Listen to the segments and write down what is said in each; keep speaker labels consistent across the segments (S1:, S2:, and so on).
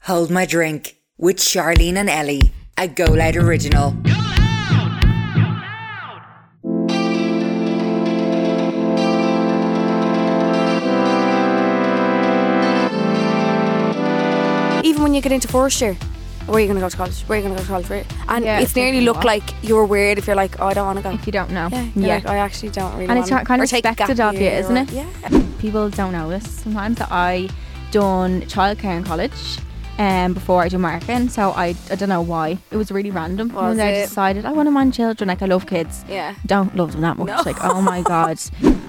S1: Hold My Drink with Charlene and Ellie, a Go Loud original.
S2: even when you get into first year, where are you going to go to college? Where are you going to go to college? Where? And
S3: Yeah,
S2: it's
S3: it's like,
S2: nearly look
S3: what?
S2: like you're weird if you're like, oh, I don't want to go.
S3: if you don't know.
S2: Yeah, you're like, I actually don't really.
S3: And it's
S2: wanna-
S3: kind of
S2: or take a gap
S3: expected of you,
S2: year
S3: isn't
S2: or-
S3: it?
S2: Yeah.
S3: oh, People don't know this sometimes that I done childcare in college um, before I did marketing. So I, I don't know why. It was really random.
S2: Was
S3: when I
S2: it?
S3: decided I want to mind children. Like I love kids.
S2: Yeah.
S3: Don't love them that much.
S2: No.
S3: Like oh my god.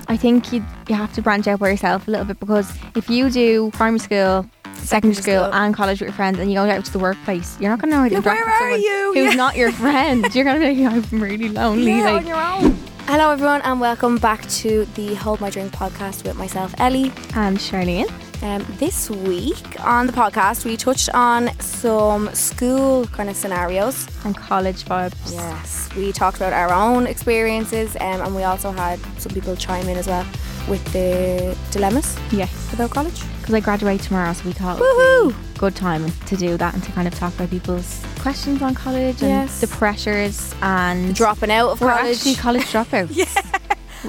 S3: I think you you have to branch out by yourself a little bit because if you do primary school. Secondary school
S2: school.
S3: and college with your friends, and you go out to the workplace. You're not going to know how to
S2: Yeah,
S3: interact
S2: where are
S3: with someone
S2: you?
S3: who's
S2: Yeah.
S3: not your friend. You're going to be like, I'm really lonely.
S2: Yeah,
S3: like,
S2: on your own. Hello, everyone, and welcome back to the Hold My Drink podcast with myself, Ellie.
S3: and Charlene,
S2: Um, this week on the podcast, we touched on some school kind of scenarios.
S3: and college vibes.
S2: Yes, we talked about our own experiences, um, and we also had some people chime in as well with the dilemmas
S3: Yes,
S2: about college.
S3: because I graduate tomorrow, so we thought it would be good time to do that and to kind of talk about people's questions on college and
S2: Yes.
S3: the pressures and
S2: Dropping out of
S3: We're
S2: college.
S3: actually college dropouts. yeah,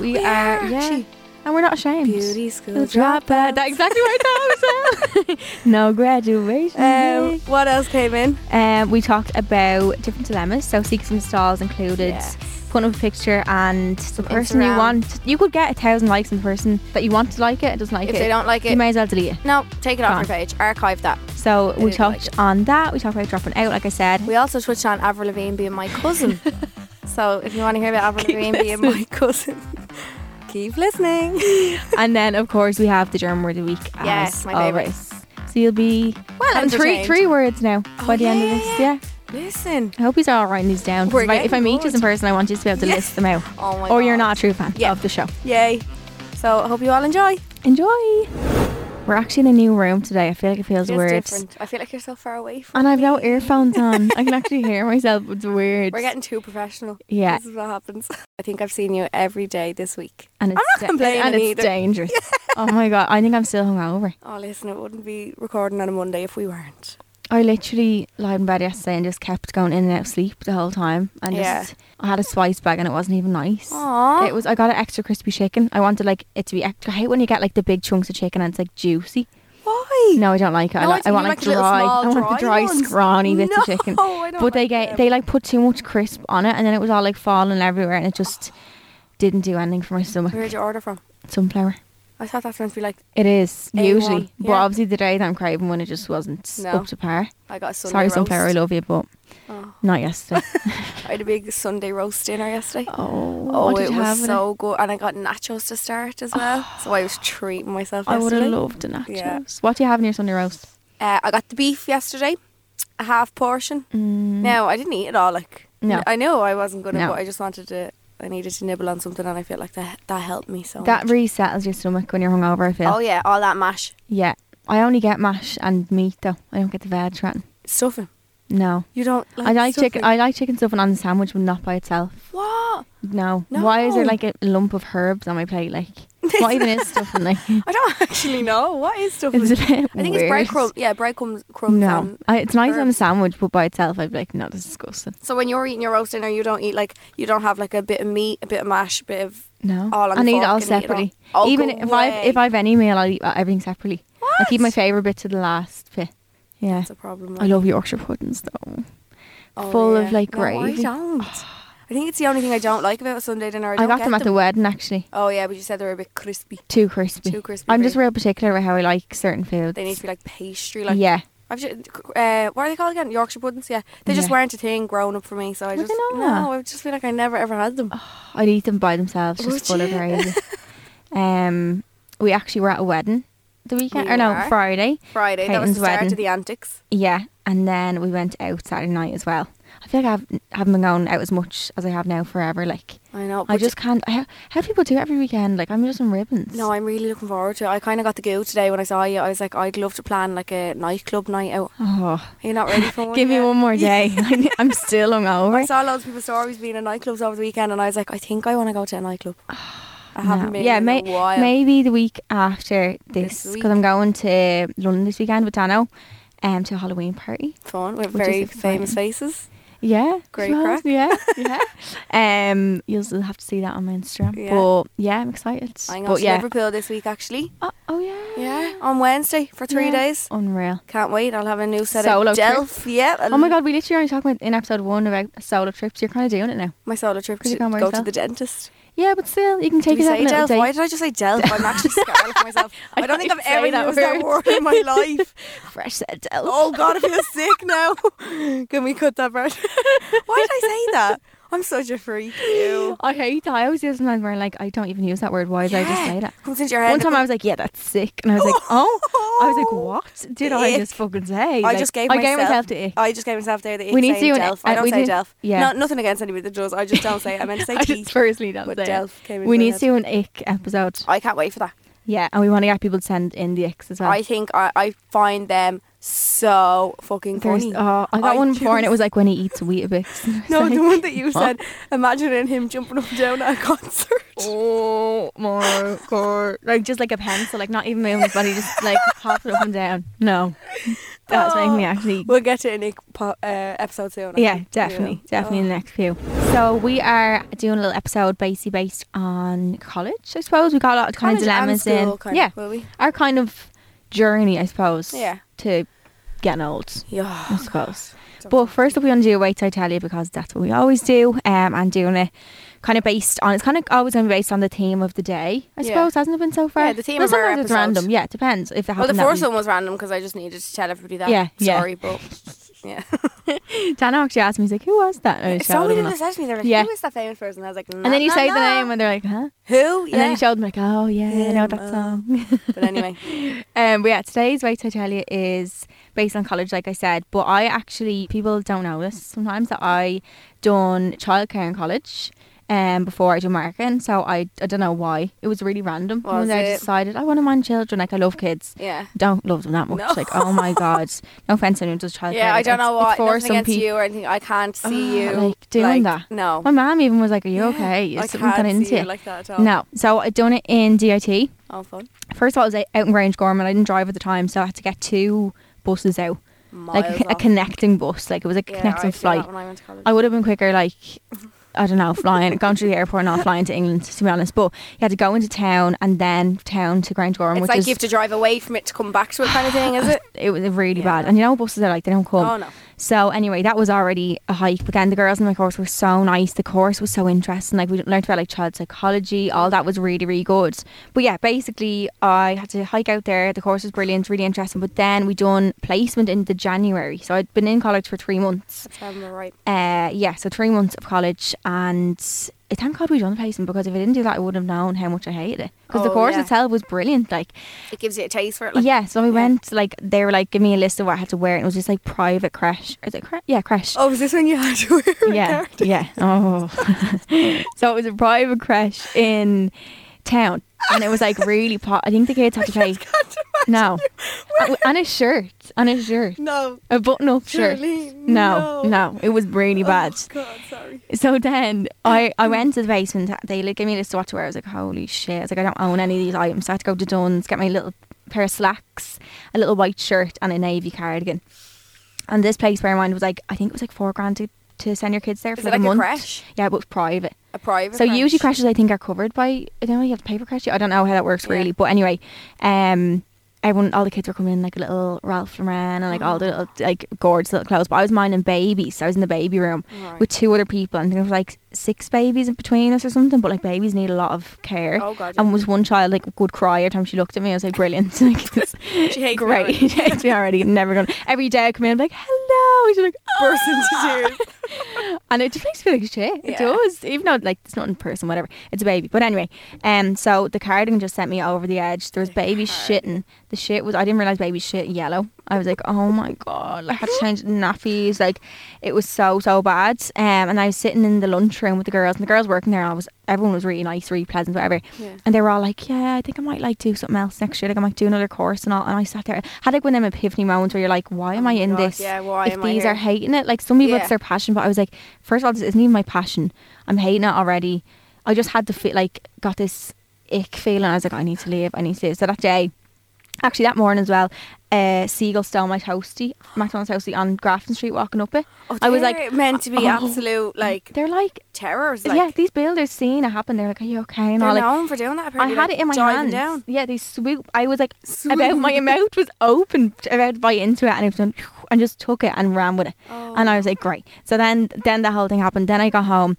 S3: we, are.
S2: are
S3: yeah,
S2: actually.
S3: and we're not ashamed.
S2: Beauty school
S3: We'll drop out. That's exactly what I thought. it was. no graduation.
S2: Um,
S3: day.
S2: what else came in?
S3: Um, we talked about different dilemmas, so seeks and stalls included.
S2: Yes.
S3: Putting up a picture and the person you
S2: Instagram.
S3: want, you could get a thousand likes on the person that you want to like it, doesn't like
S2: If
S3: it.
S2: they don't like
S3: you
S2: it-
S3: may as well delete it.
S2: No, take it off
S3: Gone.
S2: your page. Archive that.
S3: So
S2: didn't
S3: we
S2: like
S3: talked
S2: it.
S3: on that. We talked about dropping out, like I said.
S2: We also touched on Avril Lavigne being my cousin. so if you want to hear about Avril Lavigne being my cousin, keep listening.
S3: and then, of course, we have the German word of the week. As
S2: Yes, my favourite.
S3: always. So you'll be well on three
S2: entertained.
S3: three words now by
S2: Oh,
S3: the end of
S2: yeah,
S3: this.
S2: yeah,
S3: Yeah.
S2: yeah. Listen.
S3: I hope you're all writing these down. 'cause
S2: We're
S3: if I, if I
S2: getting
S3: meet you as a
S2: good.
S3: person, I want you to be able to
S2: Yeah.
S3: list them out.
S2: Oh my
S3: or you're
S2: God.
S3: not a true fan
S2: Yeah.
S3: of the show.
S2: Yay. So I hope you all enjoy.
S3: Enjoy. We're actually in a new room today. I feel like it feels
S2: It's
S3: weird.
S2: different. I feel like you're so far away from
S3: And I've no
S2: me.
S3: earphones on. I can actually hear myself. It's weird.
S2: We're getting too professional.
S3: Yeah.
S2: This is what happens. I think I've seen you every day this week.
S3: and it's
S2: not
S3: da-
S2: complaining
S3: and it's
S2: either.
S3: dangerous. oh my god! I think I'm still hungover.
S2: Oh, listen, it wouldn't be recording on a Monday if we weren't.
S3: I literally lied in bed yesterday and just kept going in and out of sleep the whole time. And
S2: Yeah.
S3: just, I had a spice bag and it wasn't even nice.
S2: Aw.
S3: It was. I got an extra crispy chicken. I wanted like it to be extra. I hate when you get like the big chunks of chicken and it's like juicy.
S2: Why?
S3: No, I don't like it. I,
S2: No,
S3: like,
S2: I
S3: I want
S2: mean,
S3: like
S2: like little
S3: dry.
S2: small
S3: I want the
S2: dry
S3: dry,
S2: ones.
S3: scrawny bits of chicken.
S2: No, I don't
S3: but they
S2: like
S3: get
S2: them.
S3: they like put too much crisp on it, and then it was all like falling everywhere, and it just didn't do anything for my stomach.
S2: Where did you order from?
S3: Sunflower.
S2: I thought that's meant to be like,
S3: It is
S2: A1,
S3: usually, but
S2: yeah.
S3: obviously the day that I'm craving one, it just wasn't
S2: No.
S3: up to par.
S2: I got a Sunday
S3: Sorry,
S2: roast.
S3: sunflower, I love you, but
S2: Oh.
S3: not yesterday.
S2: I had a big Sunday roast dinner yesterday.
S3: Oh,
S2: Oh,
S3: what did
S2: it
S3: you have
S2: was
S3: with
S2: so good. And I got nachos to start as well. so I was treating myself
S3: I would
S2: yesterday.
S3: have loved the nachos.
S2: Yeah.
S3: What do you have in your Sunday roast?
S2: Uh, I got the beef yesterday, a half portion.
S3: Mm.
S2: No, I didn't eat it all. Like,
S3: No.
S2: I know I wasn't gonna,
S3: No.
S2: but I just wanted to. I needed to nibble on something, and I feel like that that helped me so.
S3: That
S2: much.
S3: resettles your stomach when you're hungover. I feel.
S2: oh yeah, all that mash
S3: yeah. I only get mash and meat though. I don't get the veg rotten.
S2: stuffing.
S3: No.
S2: You don't. Like
S3: I like
S2: stuffing.
S3: chicken. I like chicken stuffing on the sandwich, but not by itself.
S2: What?
S3: No. Why is there
S2: No.
S3: like a lump of herbs on my plate? Like, what even is stuffing? Like,
S2: I don't actually know what is stuffing.
S3: it's a bit
S2: I think it's
S3: weird.
S2: breadcrumb. Yeah, breadcrumbs. Crumbs
S3: No,
S2: and
S3: I, it's nice on a
S2: herbs.
S3: sandwich, but by itself, I'd be like, no, this is disgusting.
S2: So when you're eating your roast dinner, you don't eat like you don't have like a bit of meat, a bit of mash, a bit of
S3: No,
S2: All on
S3: I
S2: Oh, the
S3: need it
S2: fork
S3: all
S2: and eat it all.
S3: separately.
S2: Oh,
S3: Even
S2: go
S3: if I if
S2: away.
S3: I've any meal, I'll eat everything separately. I keep my
S2: What?
S3: favorite bit to the last bit. Yeah,
S2: That's a problem. Oh,
S3: I love Yorkshire puddings though. full of, like,
S2: no, I
S3: gravy.
S2: don't. I think it's the only thing I don't like about Sunday dinner. I,
S3: I,
S2: don't
S3: got
S2: get
S3: them at the wedding actually.
S2: Oh yeah, but you said they were a bit crispy.
S3: Too crispy.
S2: Too crispy
S3: I'm
S2: for
S3: just
S2: you.
S3: real particular about how I like certain foods.
S2: They need to be like pastry, like
S3: yeah.
S2: I've just, uh, what are they called again? Yorkshire puddings. Yeah, they just
S3: Yeah.
S2: weren't a thing growing up for me, so I
S3: Were
S2: just
S3: they not?
S2: no, I just feel like I never ever had them.
S3: I'd eat them by themselves, just
S2: Would
S3: full of
S2: you?
S3: gravy. um, we actually were at a wedding the weekend,
S2: We
S3: or no,
S2: were.
S3: Friday.
S2: Friday, that was
S3: Caitlin's
S2: the start
S3: wedding.
S2: of the antics.
S3: Yeah, and then we went out Saturday night as well. I feel like I haven't, haven't been going out as much as I have now forever. Like,
S2: I know.
S3: I
S2: but
S3: just can't. How, how do people do it every weekend? Like, I'm just in ribbons.
S2: no, I'm really looking forward to it. I kind of got the go today when I saw you. I was like, I'd love to plan like a nightclub night out.
S3: Oh,
S2: Are you not ready for one?
S3: give me
S2: yet?
S3: one more day. I'm still
S2: I
S3: hungover.
S2: saw loads of people's stories being in nightclubs over the weekend, and I was like, I think I want to go to a nightclub. I haven't
S3: No.
S2: been.
S3: yeah,
S2: in
S3: may,
S2: a while.
S3: maybe the week after this
S2: This
S3: because I'm going to London this weekend with Dano. um, to a Halloween party.
S2: Fun with
S3: Which is
S2: very
S3: exciting.
S2: famous faces.
S3: Yeah,
S2: Great
S3: smells,
S2: crack.
S3: Yeah, yeah. um, you'll still have to see that on my Instagram.
S2: Yeah.
S3: But yeah, I'm excited.
S2: I'm going
S3: but
S2: to
S3: yeah.
S2: Liverpool this week actually.
S3: Oh, oh yeah.
S2: Yeah, on Wednesday for three
S3: Yeah.
S2: days.
S3: Unreal.
S2: Can't wait. I'll have a new set
S3: Solo
S2: of
S3: trip.
S2: Delph. Yeah.
S3: Oh my god, we literally only talked about in episode one about solo trips. You're kind of doing it now.
S2: My solo trip
S3: Could
S2: to
S3: you come
S2: go
S3: yourself?
S2: to the dentist.
S3: Yeah, but still, you can take
S2: Did we
S3: yourself
S2: say
S3: a little
S2: Delph?
S3: date.
S2: Why did I just say Delph? I'm actually scared of myself.
S3: I
S2: I don't think
S3: don't
S2: I've ever
S3: even
S2: used
S3: say that
S2: that word in my life.
S3: Fresh set Delph.
S2: Oh God, I feel sick now. Can we cut that part? Why did I say that? I'm such a freak. Ew.
S3: I hate that. I always use sometimes where like I don't even use that word. Why did I just
S2: Yeah,
S3: say that?
S2: Comes into your head.
S3: One time I was like, yeah, that's sick, and I was like, oh, I was like, what did I
S2: Ick.
S3: just fucking say?
S2: I
S3: Like,
S2: just gave
S3: I
S2: myself.
S3: gave myself the ick.
S2: I just gave myself there the ick
S3: We need to
S2: saying
S3: do an-
S2: Delph. I
S3: uh,
S2: don't
S3: we
S2: say
S3: do-
S2: Delph.
S3: yeah.
S2: Not, nothing against anybody that does. I just don't say it. I meant to say
S3: I
S2: teeth.
S3: just personally don't
S2: but
S3: say it.
S2: Delph came into
S3: We
S2: my
S3: need
S2: head.
S3: to do an ick episode.
S2: I can't wait for that.
S3: Yeah, and we want to get people to send in the icks as well.
S2: I think I, I find them so fucking
S3: There's,
S2: funny.
S3: oh, I got
S2: I
S3: one before, and it
S2: just-
S3: was like when he eats Weetabix. And I was
S2: no,
S3: like,
S2: the one that you said. Imagining him jumping up and down at a concert.
S3: Oh my god! Like just like a pencil, like not even moving his body, just like popping up and down. No, that's making me actually.
S2: We'll get to an ick po- uh, episode soon. I
S3: Yeah,
S2: think,
S3: definitely,
S2: you know.
S3: definitely in the next few. So we are doing a little episode basically based on college. I suppose we got a lot of kind of
S2: College and
S3: dilemmas in.
S2: school, kind of,
S3: yeah,
S2: will we?
S3: our kind of journey, I suppose.
S2: Yeah.
S3: To getting old. I
S2: Yeah.
S3: suppose. But first, up, we want to do a wait till I tell you because that's what we always do, um, and doing it kind of based on it's kind of always going to be based on the theme of the day. I
S2: Yeah.
S3: suppose hasn't it been so far?
S2: Yeah, the theme
S3: Well,
S2: of our
S3: sometimes it's
S2: episode.
S3: random. Yeah, it depends if it
S2: Well, the
S3: happened that
S2: first
S3: week.
S2: one was random because I just needed to tell everybody that.
S3: Yeah, yeah.
S2: Sorry, but yeah.
S3: Dana actually asked me, he's like, "Who was that?" And I showed
S2: Somebody
S3: him
S2: did
S3: and
S2: this to me. They're like,
S3: Yeah.
S2: "Who is that famous person?" I was like,
S3: I- and then you
S2: "Nah,
S3: say
S2: nah,
S3: the
S2: nah."
S3: name, and they're like, "Huh?"
S2: Who? Yeah.
S3: And then you showed them like, "Oh yeah, I know
S2: Him,
S3: that
S2: uh,
S3: song."
S2: but anyway,
S3: Um, but yeah, today's Wait Till I Tell You is based on college, like I said. But I actually, people don't know this sometimes that I done childcare in college um, before I did marketing. So I, I don't know why. It was really random.
S2: Was
S3: One day I
S2: it?
S3: decided I want to mind children. Like, I love kids.
S2: yeah.
S3: Don't love them that much.
S2: No.
S3: Like, oh my God. No offense to anyone who does childcare.
S2: Yeah, I
S3: like,
S2: don't know
S3: it's- it's
S2: what.
S3: for
S2: Nothing
S3: some
S2: against
S3: people.
S2: you or anything. I can't see you
S3: like, doing that.
S2: No.
S3: My mom even was like, Are you
S2: Yeah,
S3: okay? Is
S2: I
S3: something got
S2: can't
S3: into
S2: see you
S3: you?"
S2: like that at all.
S3: No. So I done it in DIT.
S2: Oh, fun.
S3: First of all, I was out out in Grange Gorman. I didn't drive at the time, so I had to get two buses out, like
S2: Miles
S3: a, a
S2: off.
S3: connecting bus. Like it was a
S2: Yeah, I
S3: connecting
S2: did that
S3: flight.
S2: When I went to college.
S3: I would have been quicker, like I don't know, flying, going through the airport, not flying to England, to be honest. But you had to go into town and then town to Grange Gorman,
S2: it's
S3: which
S2: like
S3: is
S2: you have to drive away from it to come back to it, kind of thing, is it?
S3: it was really
S2: Yeah.
S3: bad. And you know, buses are like they don't come.
S2: Oh, no.
S3: So anyway, that was already a hike. But then the girls in my course were so nice. The course was so interesting. Like we learned about like child psychology. All that was really really good. But yeah, basically I had to hike out there. The course was brilliant, really interesting. But then we done placement in the January. So I'd been in college for three months.
S2: If I remember right.
S3: Uh, yeah, so three months of college, and I thank God we done placement because if I didn't do that, I would have known how much I hated it. Because the
S2: Oh,
S3: course
S2: yeah.
S3: itself was brilliant. Like
S2: It gives you a taste for it. Like,
S3: yeah, so I went like they were like give me a list of what I had to wear and it was just like private crash. Is it crash? Yeah, crash.
S2: Oh, was this when you had to wear a
S3: yeah,
S2: character?
S3: yeah. Oh, so it was a private crash in town, and it was like really pot. I think the kids had to pay. No, And- and a shirt, and a shirt,
S2: No.
S3: a button-up shirt.
S2: Charlene,
S3: No,
S2: no.
S3: no, it was really bad.
S2: Oh, God, sorry.
S3: So then I, I went to the basement. They like, gave me a list of what to wear. I was like, holy shit. I was like, I don't own any of these items. So I had to go to Dunn's, get my little pair of slacks, a little white shirt, and a navy cardigan. And this place, bear in mind, was like, I think it was like four grand to, to send your kids there for
S2: Is it
S3: like, a
S2: like a
S3: month.
S2: creche?
S3: Yeah, but it's private.
S2: A private.
S3: So
S2: crash.
S3: usually crashes I think are covered by I don't know you have to pay for crash. I don't know how that works
S2: Yeah.
S3: really, but anyway, um, everyone all the kids were coming in like a little Ralph Lauren and like all the
S2: Oh.
S3: little, like gorgeous little clothes. But I was minding babies, so I was in the baby room
S2: Right.
S3: with two other people, and there was like six babies in between us or something. But like babies need a lot of care.
S2: Oh, God, yeah.
S3: And was one child like would cry every time she looked at me. I was like brilliant, like this,
S2: She hates me
S3: great.
S2: already.
S3: She hates me already. Never gonna. Every day I come in, I'm like hello. And she's like
S2: burst
S3: "Ah."
S2: into tears.
S3: And it just makes me feel like shit. It
S2: Yeah.
S3: does. Even though like it's not in person, whatever. It's a baby. But anyway, um so the cardigan just sent me over the edge. There was babies shitting. The shit was I didn't realise babies shit yellow. I was like, Oh my god, like, I had to change nappies, like it was so, so bad. Um and I was sitting in the lunchroom with the girls and the girls working there and I was everyone was really nice, really pleasant, whatever.
S2: Yeah.
S3: And they were all like, Yeah, I think I might like do something else next year, like I might do another course and all and I sat there had like one of them epiphany moments where you're like, Why am I
S2: Oh my
S3: in
S2: God,
S3: this?
S2: yeah, why
S3: if
S2: am I
S3: these
S2: here?
S3: are hating it. Like some people, it's
S2: Yeah.
S3: their passion, but I was like, first of all, this isn't even my passion. I'm hating it already. I just had to feel like got this ick feeling. I was like, I need to leave. I need to. Leave. So that day, Actually, that morning as well, uh, Seagull stole my toasty, McDonald's toasty on Grafton Street walking up it.
S2: Oh,
S3: I was like,
S2: meant to be
S3: oh.
S2: absolute like
S3: they're like,
S2: terrors. Like,
S3: yeah, these builders seeing it happen, they're like, are you okay? And
S2: they're
S3: all like,
S2: known for doing that.
S3: I
S2: Apparently,
S3: had
S2: like,
S3: it in my
S2: diving
S3: hands.
S2: Down.
S3: Yeah, they swoop. I was like, about my mouth was open, about to bite into it, and I was done, and just took it and ran with it. And I was like, great. So then, then the whole thing happened. Then I got home.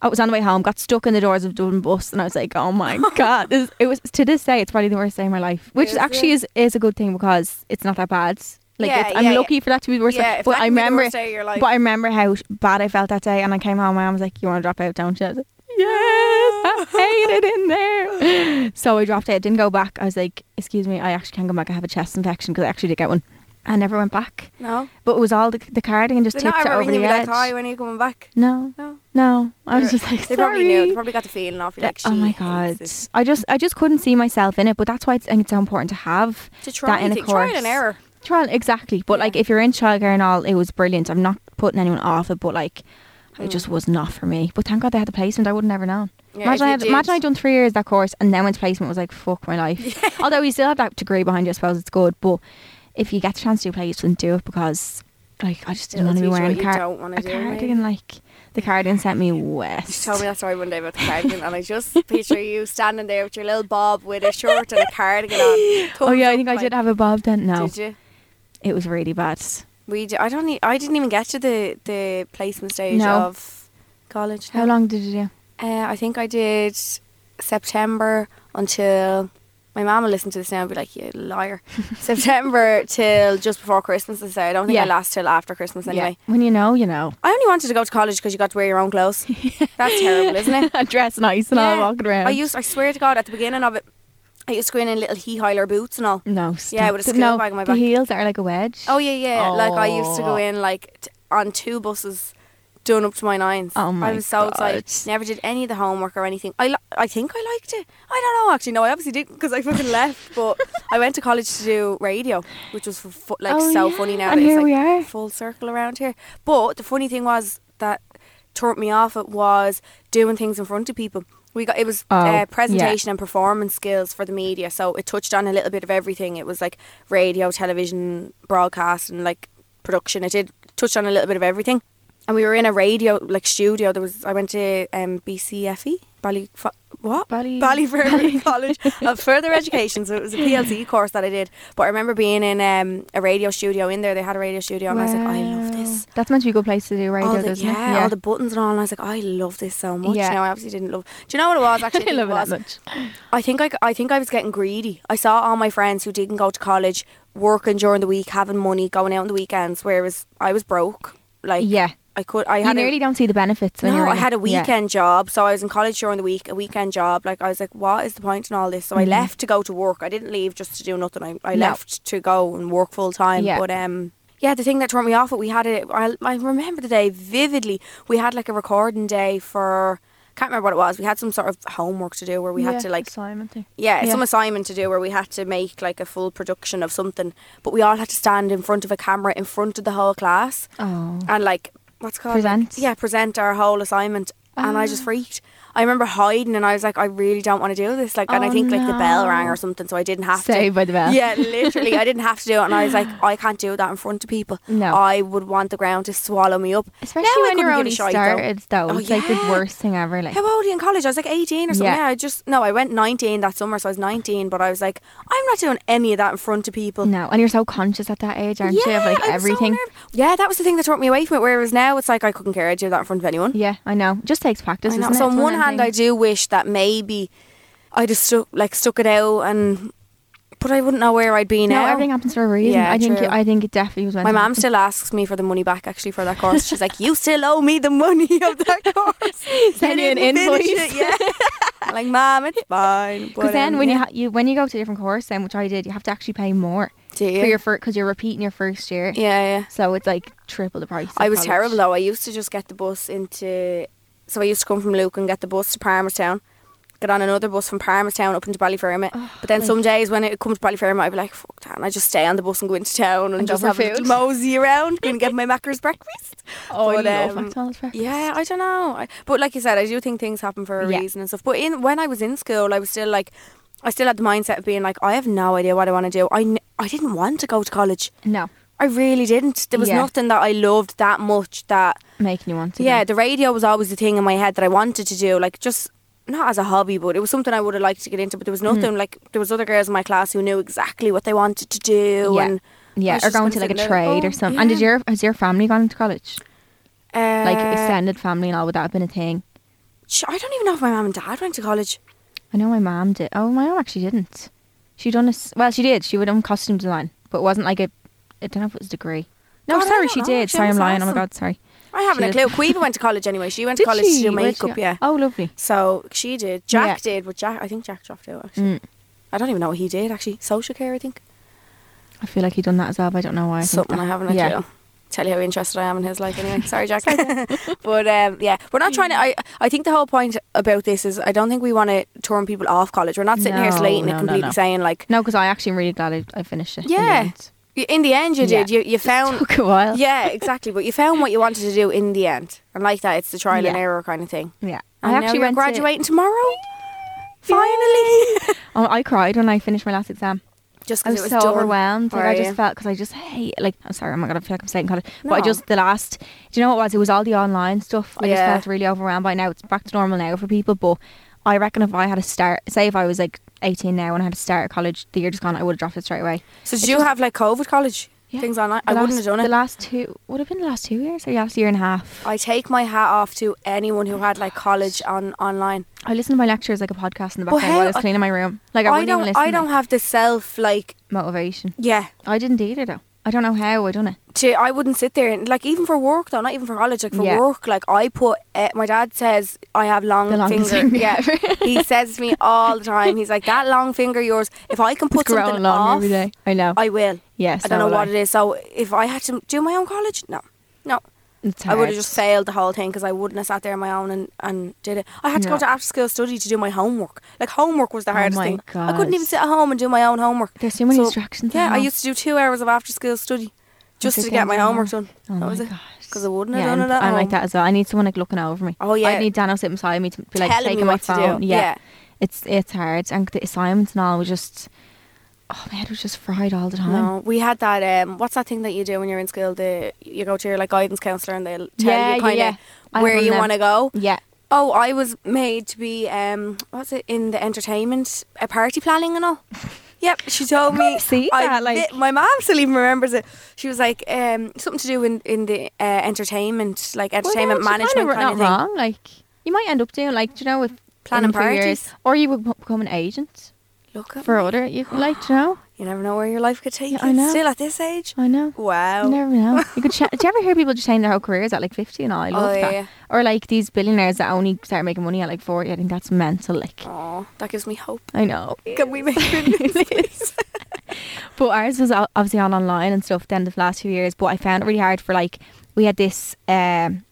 S3: I was on the way home, got stuck in the doors of Dublin bus, and I was like, oh my god, this, it was to this day, it's probably the worst day of my life. Which
S2: Is
S3: is actually
S2: it?
S3: is is a good thing because it's not that bad. Like
S2: Yeah,
S3: it's, I'm
S2: yeah, yeah.
S3: lucky for that to be the worst.
S2: Yeah,
S3: day,
S2: if
S3: but
S2: that
S3: I
S2: can be the
S3: remember,
S2: worst day of your life.
S3: but I remember how sh- bad I felt that day, and I came home. My mum was like, "You want to drop out, don't you?" I was like, "Yes, I hate it in there." So I dropped out. Didn't go back. I was like, "Excuse me, I actually can't go back. I have a chest infection because I actually did get one." I never went back.
S2: No,
S3: But it was all the, the cardigan just
S2: they're
S3: tipped
S2: not
S3: it
S2: ever
S3: over
S2: ringing
S3: the
S2: you
S3: edge.
S2: like, "Hi, when are you coming back?"
S3: no,
S2: No,
S3: no. I was
S2: They're-
S3: just like,
S2: they
S3: "Sorry."
S2: probably knew. They probably got the feeling off you. Like,
S3: oh
S2: she
S3: my
S2: hates
S3: god!
S2: this.
S3: I just, I just couldn't see myself in it. But that's why it's, I think it's so important to have
S2: to try
S3: that in a
S2: anything, trial
S3: course.
S2: and error.
S3: Trial exactly, but like if you're in childcare and all, it was brilliant. I'm not putting anyone off it, but like it just was not for me. But thank God they had the placement. I would have never known.
S2: Mm. Yeah, if
S3: imagine I
S2: you
S3: had,
S2: did-
S3: imagine I'd done three years of that course and then went to placement. it Was like fuck my life. Although you still have that degree behind you, I suppose it's good. But if you get the chance to do placement, do it because like I just didn't
S2: It'll
S3: want to be
S2: teach you
S3: wearing
S2: what
S3: a,
S2: you
S3: car-
S2: don't wanna
S3: a
S2: do,
S3: cardigan. Like the cardigan sent me west.
S2: She told me that story one day about the cardigan, and I just picture you standing there with your little bob with a shirt and a cardigan on.
S3: oh yeah, I think I
S2: Like,
S3: did have a bob then. No,
S2: Did you?
S3: it was really bad.
S2: We. d I don't. e- I didn't even get to the the placement stage
S3: No.
S2: of college.
S3: How
S2: no.
S3: long did you do?
S2: Uh, I think I did September until my mum will listen to this now and be like, "You liar." September till just before Christmas. I say I don't think I
S3: Yeah.
S2: last till after Christmas anyway.
S3: Yeah. When you know, you know.
S2: I only wanted to go to college because you got to wear your own clothes. That's terrible, isn't it?
S3: I dress nice and all
S2: Yeah.
S3: walking around.
S2: I used, I swear to God, at the beginning of it, I used to go in in little hee hiler boots and all.
S3: no, stop.
S2: Yeah, with a
S3: Th-
S2: school
S3: no,
S2: bag on my
S3: the
S2: back.
S3: heels that are like a wedge.
S2: Oh yeah, yeah. Like I used to go
S3: Oh.
S2: in like t- on two buses, done up to my nines.
S3: Oh my
S2: I was so
S3: God.
S2: excited. Never did any of the homework or anything. I, li- I think I liked it. I don't know actually. No, I obviously didn't because I fucking left. But I went to college to do radio, which was f- fu- like
S3: Oh,
S2: so
S3: yeah.
S2: funny now.
S3: And
S2: that
S3: here
S2: it's, like,
S3: we are.
S2: full circle around here. But the funny thing was that turned me off. It was doing things in front of people. We got it was
S3: Oh, yeah.
S2: uh, presentation and performance skills for the media, so it touched on a little bit of everything. It was like radio, television, broadcast, and like production. It did touch on a little bit of everything. And we were in a radio like studio. There was I went to um, BCFE Bally what
S3: Bally-
S2: Ballyfermot College of Further Education. So it was a PLC course that I did. But I remember being in um, a radio studio in there. They had a radio studio, and I was like, "Oh, I love this
S3: That's meant to be a good place to do radio,
S2: all the,
S3: doesn't
S2: yeah,
S3: it? Yeah.
S2: all the buttons and all. And I was like, I love this so much.
S3: Yeah.
S2: No, I obviously didn't love. Do you know what it was? Actually, I
S3: I
S2: think
S3: love
S2: it
S3: it that
S2: was.
S3: much.
S2: I think I, I think I was getting greedy. I saw all my friends who didn't go to college working during the week, having money, going out on the weekends, whereas I was broke. Like,
S3: Yeah.
S2: I could. I
S3: You
S2: had. a,
S3: nearly don't see the benefits when
S2: no,
S3: you're
S2: I
S3: in it.
S2: had a
S3: Yeah.
S2: weekend job, so I was in college during the week, a weekend job. Like I was like, what is the point in all this? So I left to go to work. I didn't leave just to do nothing. I, I
S3: Mm-hmm. No.
S2: left to go and work full time.
S3: Yeah.
S2: But um, yeah, the thing that turned me off, we had it. I I remember the day vividly. We had like a recording day for. Can't remember what it was. We had some sort of homework to do where we had to like
S3: Simon thing.
S2: yeah,
S3: Yeah.
S2: some assignment to do where we had to make like a full production of something, but we all had to stand in front of a camera in front of the whole class
S3: Oh.
S2: and like what's it called
S3: Present. Ah.
S2: Like, yeah, present our whole assignment, and I just freaked. I remember hiding, and I was like, I really don't want to do this. Like, and I
S3: Oh,
S2: think like the bell
S3: no.
S2: rang or something, so I didn't have
S3: Saved
S2: to.
S3: by the Bell.
S2: Yeah, literally, I didn't have to do it, and I was like, I can't do that in front of people.
S3: No.
S2: I would want the ground to swallow me up.
S3: Especially
S2: Now I
S3: when you're
S2: couldn't
S3: only
S2: give a shite, though.
S3: started, though.
S2: Oh,
S3: it's like the
S2: yeah.
S3: worst thing ever. Like,
S2: How old are you in college? I was like 18 or something.
S3: Yeah.
S2: Yeah. I just, no, I went 19 that summer, so I was 19, but I was like, I'm not doing any of that in front of people.
S3: no, and you're so conscious at that age, aren't you? Of like
S2: I was so
S3: everything.
S2: nerv- yeah, that was the thing that turned me away from it. Whereas now it's like I couldn't care. I do that in front of anyone.
S3: yeah, I know. Just takes practice.
S2: I know.
S3: Isn't it?
S2: So
S3: It's
S2: on one hand, I
S3: of them
S2: do wish that maybe I just stuck like stuck it out, and but I wouldn't know where I'd be
S3: things.
S2: now.
S3: No, everything happens for a reason.
S2: Yeah,
S3: I think.
S2: true.
S3: It, I think it definitely was. meant
S2: My
S3: to
S2: mom
S3: happen.
S2: still asks me for the money back actually for that course. She's like, "You still owe me the money of that course. You
S3: Send me an
S2: didn't finish
S3: invoice."
S2: it, Yeah. I'm like, mom, it's fine.
S3: Because then when you, ha- you when you go to a different course, then which I did, you have to actually pay more
S2: Do you?
S3: for your first because you're repeating your first year.
S2: yeah, yeah.
S3: So it's like triple the price. of
S2: I was
S3: college.
S2: terrible though. I used to just get the bus into. So I used to come from Luke and get the bus to Palmerstown, get on another bus from Palmerstown up into Ballyfermot. but then some days when it comes to Ballyfermot, I'd be like, fuck that. And I just stay on the bus and go into town and,
S3: And go
S2: just
S3: for
S2: have a
S3: food.
S2: little mosey around, go and get my Macker's breakfast.
S3: Oh,
S2: But,
S3: I love
S2: um,
S3: McDonald's breakfast.
S2: Yeah, I don't know. I, but like you said, I do think things happen for a
S3: Yeah.
S2: reason and stuff. But in when I was in school, I was still like, I still had the mindset of being like, I have no idea what I want to do. I, kn- I didn't want to go to college.
S3: No,
S2: I really didn't. There was
S3: Yeah.
S2: nothing that I loved that much that
S3: making you want to.
S2: yeah, the
S3: go.
S2: radio was always the thing in my head that I wanted to do, like just not as a hobby, but it was something I would have liked to get into. But there
S3: Mm.
S2: was nothing like there was other girls in my class who knew exactly what they wanted to do,
S3: Yeah.
S2: and I
S3: yeah,
S2: was
S3: or
S2: just
S3: going
S2: kinda
S3: to like a
S2: sitting there,
S3: trade
S2: oh,
S3: or something. And did
S2: yeah.
S3: your has your family gone to college? Like
S2: Uh,
S3: extended family and all? Would that have been a thing?
S2: sh- I don't even know if my mum and dad went to college.
S3: I know my mom did. Oh, my mom actually didn't. She done a s- well. She did. She would done costume design, but it wasn't like a. I don't know if it was a degree. No,
S2: God, I
S3: sorry,
S2: don't
S3: she
S2: know,
S3: did.
S2: actually,
S3: Sorry, I'm
S2: that's
S3: lying. Oh my
S2: awesome.
S3: god, sorry.
S2: I haven't
S3: She
S2: a
S3: did.
S2: clue. Queeva went to college anyway. She went to
S3: Did
S2: college to
S3: she?
S2: do
S3: Where'd she
S2: makeup.
S3: go?
S2: Yeah.
S3: Oh, lovely.
S2: So she did. Jack
S3: Yeah. Mm.
S2: did, but Jack, I think Jack dropped out actually. I don't even know what he did actually. Social care, I think.
S3: I feel like he done that as well. But I don't know why. I think
S2: something
S3: that.
S2: I haven't a
S3: yeah.
S2: clue. Tell you how interested I am in his life anyway. Sorry, Jack. but um, yeah, we're not
S3: Mm.
S2: trying to. I, I think the whole point about this is I don't think we want to turn people off college. We're not sitting here
S3: No,
S2: slating
S3: no,
S2: it
S3: no,
S2: completely
S3: no.
S2: saying, like,
S3: No, because I actually am really glad I, I finished it. in the
S2: yeah.
S3: end.
S2: Y- In the end, you
S3: Yeah.
S2: did. You, you found.
S3: Took a while.
S2: Yeah, exactly. But you found what you wanted to do in the end. And like that, it's the trial and
S3: Yeah.
S2: error kind of thing.
S3: Yeah.
S2: And
S3: I actually
S2: now you're
S3: went to-
S2: graduating tomorrow? Finally!
S3: Oh, I cried when I finished my last exam.
S2: just
S3: I
S2: 'cause
S3: was,
S2: it
S3: so
S2: was done.
S3: overwhelmed. Like
S2: Were
S3: I just
S2: you?
S3: felt because I just hate. Like I'm sorry, oh I'm not gonna feel like I'm saying college, but I
S2: No.
S3: just the last. Do you know what it was? It was all the online stuff. I just
S2: Yeah.
S3: felt really overwhelmed. By now it's back to normal now for people, but I reckon if I had a start, say if I was like 18 now and I had to start at college, the year just gone, I would have dropped it straight away.
S2: So,
S3: It's
S2: did you
S3: just-
S2: have like COVID college?
S3: Yeah.
S2: Things online?
S3: The
S2: I wouldn't
S3: last-
S2: have done it.
S3: The last two would have been the last two years or the last year and a half.
S2: I take my hat off to anyone who had like college on online.
S3: I listened to my lectures like a podcast in the
S2: But
S3: background while I
S2: how-
S3: was cleaning my room. Like I,
S2: I,
S3: wouldn't even
S2: don't.
S3: listen.
S2: I don't have the self like
S3: motivation.
S2: yeah.
S3: I didn't either though. I don't know how I done it.
S2: To, I wouldn't sit there and like even for work though, not even for college, like for
S3: Yeah.
S2: work, like I put. Uh, my dad says I have long
S3: The longest
S2: finger.
S3: finger
S2: yeah,
S3: ever.
S2: he says to me all the time. He's like that long finger of yours. If I can put
S3: It's growing
S2: something
S3: longer
S2: off,
S3: every day. I know.
S2: I will.
S3: Yes,
S2: I don't
S3: so
S2: know
S3: will
S2: what
S3: I.
S2: it is. So if I had to do my own college, no, no.
S3: It's
S2: I would
S3: hard.
S2: have just failed the whole thing because I wouldn't have sat there on my own and, and did it. I had to
S3: No.
S2: go to after school study to do my homework. Like homework was the hardest
S3: Oh my
S2: thing. I couldn't even
S3: God.
S2: sit at home and do my own homework.
S3: There's so many distractions
S2: Yeah,
S3: now.
S2: I used to do two hours of after school study just
S3: Sit
S2: to
S3: down
S2: get my
S3: and
S2: homework
S3: work.
S2: done.
S3: Oh
S2: that
S3: my
S2: was
S3: gosh.
S2: Because I wouldn't have
S3: yeah,
S2: done
S3: I'm,
S2: it at
S3: I'm
S2: home.
S3: like that as well. I need someone like looking over me.
S2: Oh, yeah.
S3: I need Dano sitting beside me to be like
S2: Telling me
S3: taking my
S2: what to do.
S3: phone. Yeah.
S2: Yeah.
S3: it's it's hard, and the assignments and all was just. Oh, my head was just fried all the time.
S2: No, we had that. Um, what's that thing that you do when you're in school? The you go to your like guidance counselor and they'll tell
S3: Yeah, yeah,
S2: you kind
S3: yeah.
S2: of
S3: I
S2: where
S3: have
S2: you
S3: one
S2: want to
S3: now.
S2: go.
S3: Yeah.
S2: Oh, I was made to be um, what's it in the entertainment, uh, party planning and all. Yep, she told me.
S3: can't see
S2: I
S3: that, like-
S2: li- my mom still even remembers it. She was like, um, something to do in in the uh, entertainment, like
S3: Well,
S2: entertainment
S3: no, it's
S2: management
S3: kind of
S2: kind of thing.
S3: not wrong. Like you might end up doing like do you know with
S2: Planning
S3: in a few years,
S2: parties.
S3: or you would be- become an agent
S2: Look at
S3: for
S2: me.
S3: other you like do you know.
S2: You never know where your life could take
S3: Yeah, I
S2: you.
S3: know.
S2: Still at this age.
S3: I know.
S2: Wow.
S3: You never know. You could. Cha- do you ever hear people just change their whole careers at like fifty? And all? I love
S2: Oh,
S3: that.
S2: yeah.
S3: Or like these billionaires that only start making money at like forty. I think that's mental. Like
S2: Aw, that gives me hope.
S3: I know.
S2: Can we make it?
S3: But ours was o- obviously all online and stuff. Then the last few years, but I found it really hard for like we had this. um